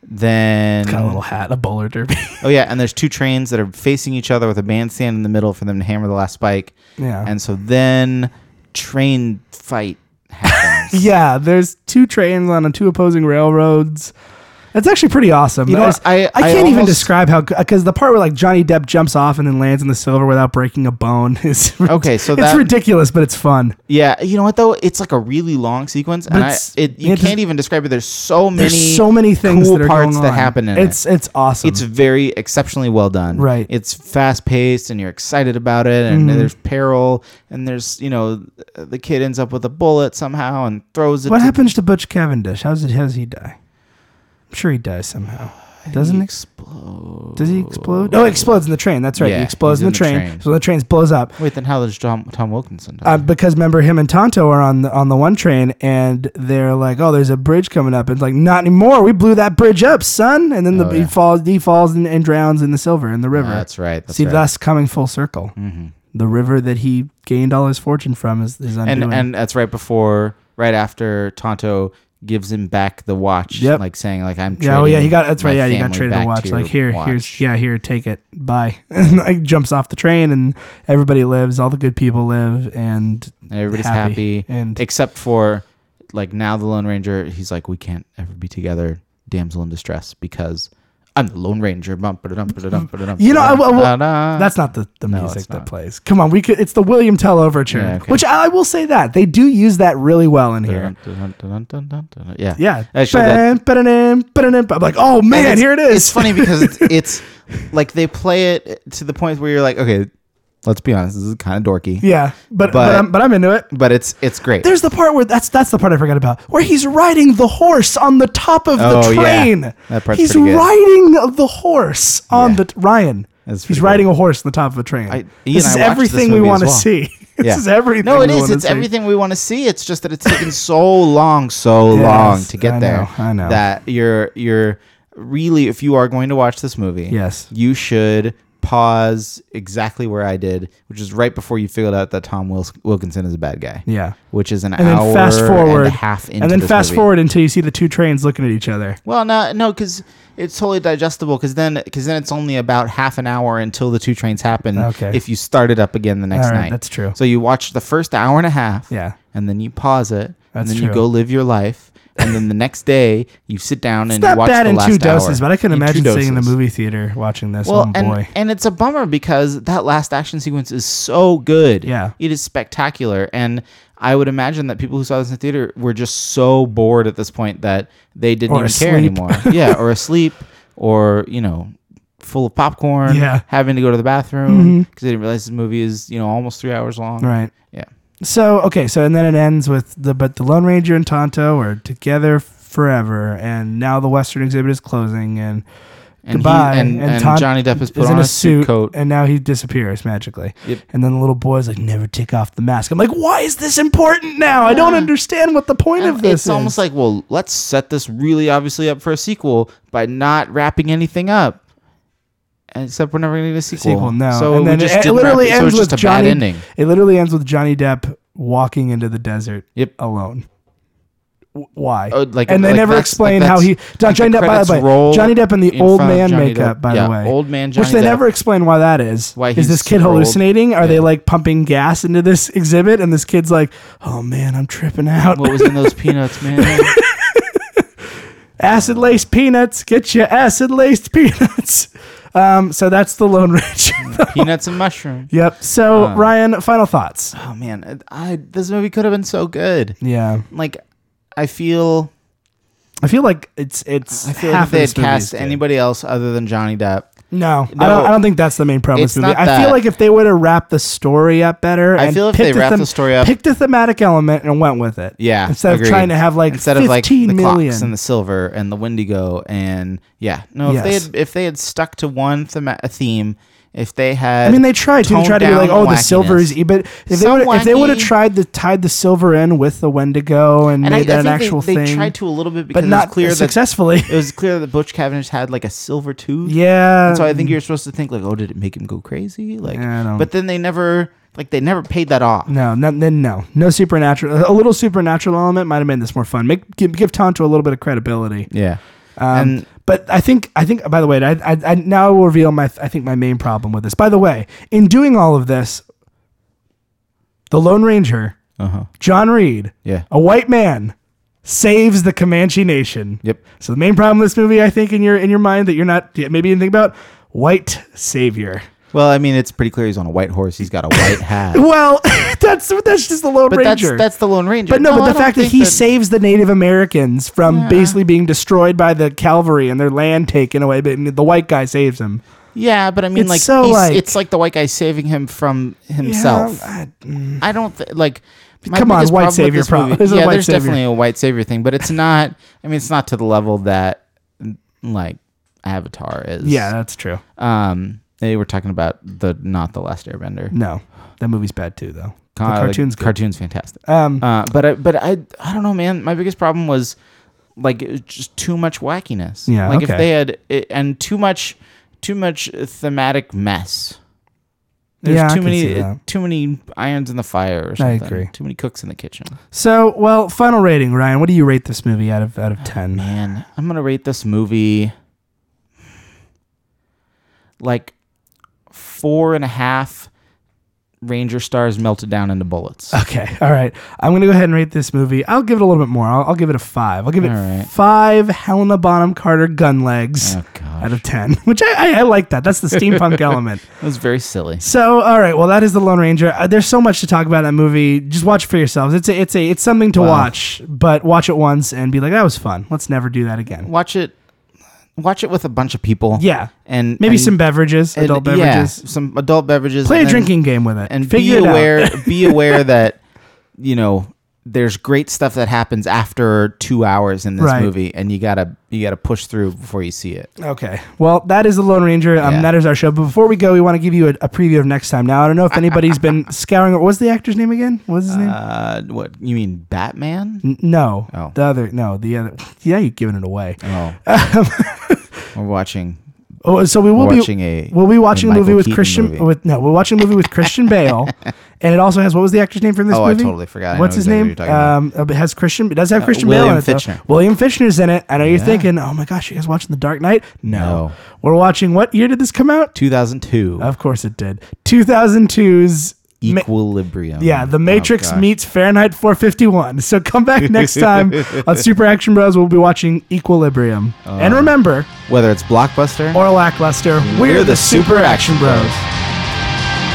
then
Got a little hat, a bowler derby.
oh yeah, and there's two trains that are facing each other with a bandstand in the middle for them to hammer the last spike.
Yeah.
And so then train fight happens.
yeah. There's two trains on two opposing railroads. That's actually pretty awesome.
You know
That's-
what? I- I
can't even
almost-
describe how because the part where like Johnny Depp jumps off and then lands in the silver without breaking a bone is rid-
Okay, so
it's
that-
ridiculous, but it's fun.
yeah, you know what though? It's like a really long sequence, and I,
it's-
it you
it does-
can't even describe it. There's so many,
There's so many things
cool
that are
parts
going
that
on.
happen. In
it's
it.
it's awesome.
it's very exceptionally well done.
Right. Mm-hmm.
It's fast paced and you're excited about it and there's peril and there's, you know, the kid ends up with a bullet somehow and throws it
what
to-
happens to Butch Cavendish? How's it? How does he die? I'm sure he dies somehow. Doesn't
He
he?
explode.
Does he explode? Oh, he explodes in the train. That's right.
Yeah,
he explodes
he's
in the,
in the
train.
train.
So the train blows up.
Wait, then how does Tom, Tom Wilkinson die?
Uh, because remember him and Tonto are on the, on the one train and they're like, oh, there's a bridge coming up. It's like, not anymore. We blew that bridge up, son. And then the,
Oh,
he
yeah.
falls, he falls and, and drowns in the silver in the river.
that's right, that's
See,
right. Mm-hmm.
thus coming full circle. The river that he gained all his fortune from is, is undoing.
and and that's right before, right after Tonto gives him back the watch,
Yep.
like saying like I'm.
yeah, oh yeah,
trading
he got that's right.
my
Yeah, he got
family
traded a
back
watch.
to
Like
your
here, here's
watch."
yeah, here, take it. Bye. and like jumps off the train, and everybody lives. All the good people live, and
And everybody's
happy,
happy,
and-
except for like now the Lone Ranger. He's like, we can't ever be together, damsel in distress, because I'm the Lone Ranger. Bump, ba-da-dum, ba-da-dum, ba-da-dum,
You know, I-
ba-da-dum,
well,
da-da.
That's not the, the
Uh, No,
music
it's
that
not.
plays. Come on, we could. It's the William Tell overture,
Yeah, okay.
which I, I will say that they do use that really well in here.
Dun, dun, dun, dun, dun, dun, dun. Yeah,
Yeah,
Actually, that,
Ba-dum, ba-dum, ba-dum. I'm like, oh man,
it's-
here it is.
It's funny because it's, it's like they play it to the point where you're like, okay, let's be honest, this is kind of dorky.
Yeah, but but,
But-
I'm, but I'm into it.
But it's it's great.
There's the part where that's that's the part I forgot about, where he's riding the horse on the top of
Oh,
the
yeah.
train.
That part's
he's
pretty good.
riding the horse on
Yeah.
the Ryan.
That's
he's
pretty
riding a horse on the top of a train.
I- Ian,
this
I
is
watched
everything
this
we
movie
want to
as well.
see. this
Yeah.
is everything.
no, it
we
is.
wanna
It's
see.
everything we want to see. It's just that it's taken so long, so
Yes,
long to get
I
there.
know, I know.
that you're you're really if you are going to watch this movie,
Yes.
you should pause exactly where I did, which is right before you figured out that Tom Wil- Wilkinson is a bad guy.
Yeah.
which is an
And then
hour
fast forward
and a half into
and then
this
fast
movie.
forward until you see the two trains looking at each other.
Well, no, no, because it's totally digestible. Because then, because then it's only about half an hour until the two trains happen.
Okay.
If you start it up again the next
All right,
night,
that's true.
So you watch the first hour and a half.
Yeah.
And then you pause it. and
That's
then
true.
you go live your life. And then the next day you sit down and
It's
you
not
watch
bad
the
in
last
two doses,
hour.
but I can
In two
imagine sitting in the
doses.
movie theater watching this.
Well,
oh
and
boy.
and it's a bummer because that last action sequence is so good.
Yeah.
it is spectacular, and I would imagine that people who saw this in theater were just so bored at this point that they didn't
Or
even care
asleep.
anymore. yeah, or asleep, or you know, full of popcorn.
Yeah. Mm-hmm.
having to go to the bathroom because they didn't realize this movie is you know almost three hours long.
right.
Yeah.
So okay, so and then it ends with the but the Lone Ranger and Tonto are together forever, and now the Western exhibit is closing, and
And
Goodbye.
He, and and,
Tom
Johnny Depp has put on a suit, coat.
and now he disappears magically.
Yep.
And then the little boy's like, "Never take off the mask." I'm like, "Why is this important now? I don't understand what the point
And
of this
it's
is."
almost like, well, let's set this really obviously up for a sequel by not wrapping anything up. Except we're never going to get a sequel.
sequel. No,
So
and
we
then
just
it, it
didn't wrap
literally
it,
ends
so it's
with
just a
Johnny.
bad ending.
It literally ends with Johnny Depp walking into the desert.
Yep.
alone. W- Why?
Oh, like-
and they
like
never
that's-
explain
like
how he.
that's-
John,
like the
Johnny Depp, by
credits
the
roll
way, Johnny Depp in the
in
old
front of
man
Johnny
makeup.
Depp.
By
Yeah,
the way,
old man
which
Johnny
they
Depp.
never explain why that is.
Why
is
he's
this kid
super old.
hallucinating? Are they like pumping gas into this exhibit? And this kid's like, "Oh man, I'm tripping out.
What was in those peanuts, man?
acid laced peanuts. Get your acid laced peanuts." Um, so that's the Lone Ranger.
peanuts and mushrooms.
yep. So Ryan, final thoughts.
Oh man, I, I- this movie could have been so good.
Yeah.
Like, I feel
I feel like it's it's
I feel
half
like if they
of this
had
movie is
cast
good.
anybody else other than Johnny Depp.
No, I
No.
don't. I don't think that's the main problem. with
It's
this movie.
not
I feel
that.
like if they would have wrapped the story up better,
I
and
feel if they
picked a
wrapped the story up-
picked a thematic element and went with it.
Yeah,
instead
agreed.
of trying to have like
instead of like the
fifteen million.
clocks and the silver and the Wendigo and yeah, no, if they
Yes.
had if they had stuck to one thema- a theme, if they had,
I mean, they tried to they
toned
tried to be
down
like, oh, the
wackiness.
silver is, e-" but if they
Some
would if they would have
wacky-
tried to tied the silver in with the Wendigo and,
and I, I
made that
think
an actual
they,
thing,
they tried to a little bit because
but not
it's clear that
successfully.
it was clear that Butch Cavendish had like a silver tooth.
yeah,
And so I think you're supposed to think like, oh, did it make him go crazy? Like,
Yeah, I don't-
but then they never like they never paid that off.
No, no, then no, no supernatural. A little supernatural element might have made this more fun. Make give, give Tonto a little bit of credibility.
Yeah,
Um,
and
but I think I think by the way, I, I, I now will reveal my I think my main problem with this. By the way, in doing all of this, the Lone Ranger,
uh-huh.
John Reed,
yeah,
a white man, saves the Comanche Nation.
yep,
So the main problem with this movie, I think, in your in your mind that you're not maybe you think about white savior.
Well, I mean, it's pretty clear he's on a white horse. He's got a white hat.
Well, that's that's just the Lone
but that's
Ranger.
that's the Lone Ranger.
But no,
I
but the
don't
fact that
think
he saves the Native Americans from basically being destroyed by the cavalry and their land taken away, but the white guy saves him.
yeah, but I mean,
It's
like,
so,
he's-
like-
it's like the white guy saving him from himself.
Yeah, I-
I don't th- like. my
Come on,
biggest
white
problem with
savior
this
problem.
movie-
It's a
Yeah,
white
there's
savior.
definitely a white savior thing, but it's not. I mean, it's not to the level that like Avatar is.
yeah, that's true.
Um, they were talking about the not the Last Airbender.
No, that movie's bad too, though. The
Uh, like,
cartoon's good.
cartoons fantastic.
Um,
Uh, but I, but I, I don't know, man. My biggest problem was like it was just too much wackiness.
Yeah,
Like
okay.
if they had it, and too much, too much thematic mess. There's
Yeah, I
too
can see
many,
that.
too many irons in the fire. Or something.
agree.
Too many cooks in the kitchen.
so, well, final rating, Ryan. What do you rate this movie out of out of ten?
Man, I'm gonna rate this movie like four and a half ranger stars melted down into bullets.
Okay, all right. I'm gonna go ahead and rate this movie. I'll give it a little bit more. I'll, I'll give it a five. I'll give it
All right.
five Helena Bonham Carter gun legs.
Oh god,
Out of ten, which I, I, I like that. That's the steampunk element.
that was very silly.
So, all right. Well, that is the Lone Ranger. Uh, there's so much to talk about in that movie. Just watch it for yourselves. It's a, it's a, it's something to watch, but watch it once and be like, that was fun. Let's never do that again.
Watch it, watch it with a bunch of people.
Yeah,
and
maybe
and-
some beverages,
and-
adult
yeah,
beverages.
some adult beverages.
Play a
and then-
drinking game with it
and
figure
be
it out.
aware. be aware that you know there's great stuff that happens after two hours in this
Right.
movie, and you gotta you gotta push through before you see it.
Okay. Well, that is the Lone Ranger. Um,
Yeah.
That is our show. But before we go, we want to give you a, a preview of next time. Now, I don't know if anybody's been scouring. What was the actor's name again? What was his name?
Uh, what you mean, Batman?
N- no,
Oh.
the other. No, the other. Yeah, you've given it away.
Oh, we're watching.
Oh, so we will
We're
be
watching a-
we'll be watching a,
a
movie
Michael
with
Keaton
Christian
movie.
with no, we're watching a movie with Christian Bale, and it also has what was the actor's name from this
Oh, I
movie?
totally forgot. I know
What's his
exactly
name?
what you're
um,
talking Uh,
it has Christian. It does have Christian Bale in
William
it. though.
Fichtner.
William Fitchner's in it. I know you're thinking, oh my gosh, you guys watching The Dark Knight? No.
No.
we're watching. What year did this come out?
2002
Of course it did. 2002's. Ma-
Equilibrium.
yeah, The
Oh,
Matrix
gosh.
meets Fahrenheit 451. So come back next time on Super Action Bros. We'll be watching Equilibrium.
Oh.
and remember,
Whether it's blockbuster
or lackluster, we're,
We're
the
the
Super
Super
Action
Action
Bros.
Bros.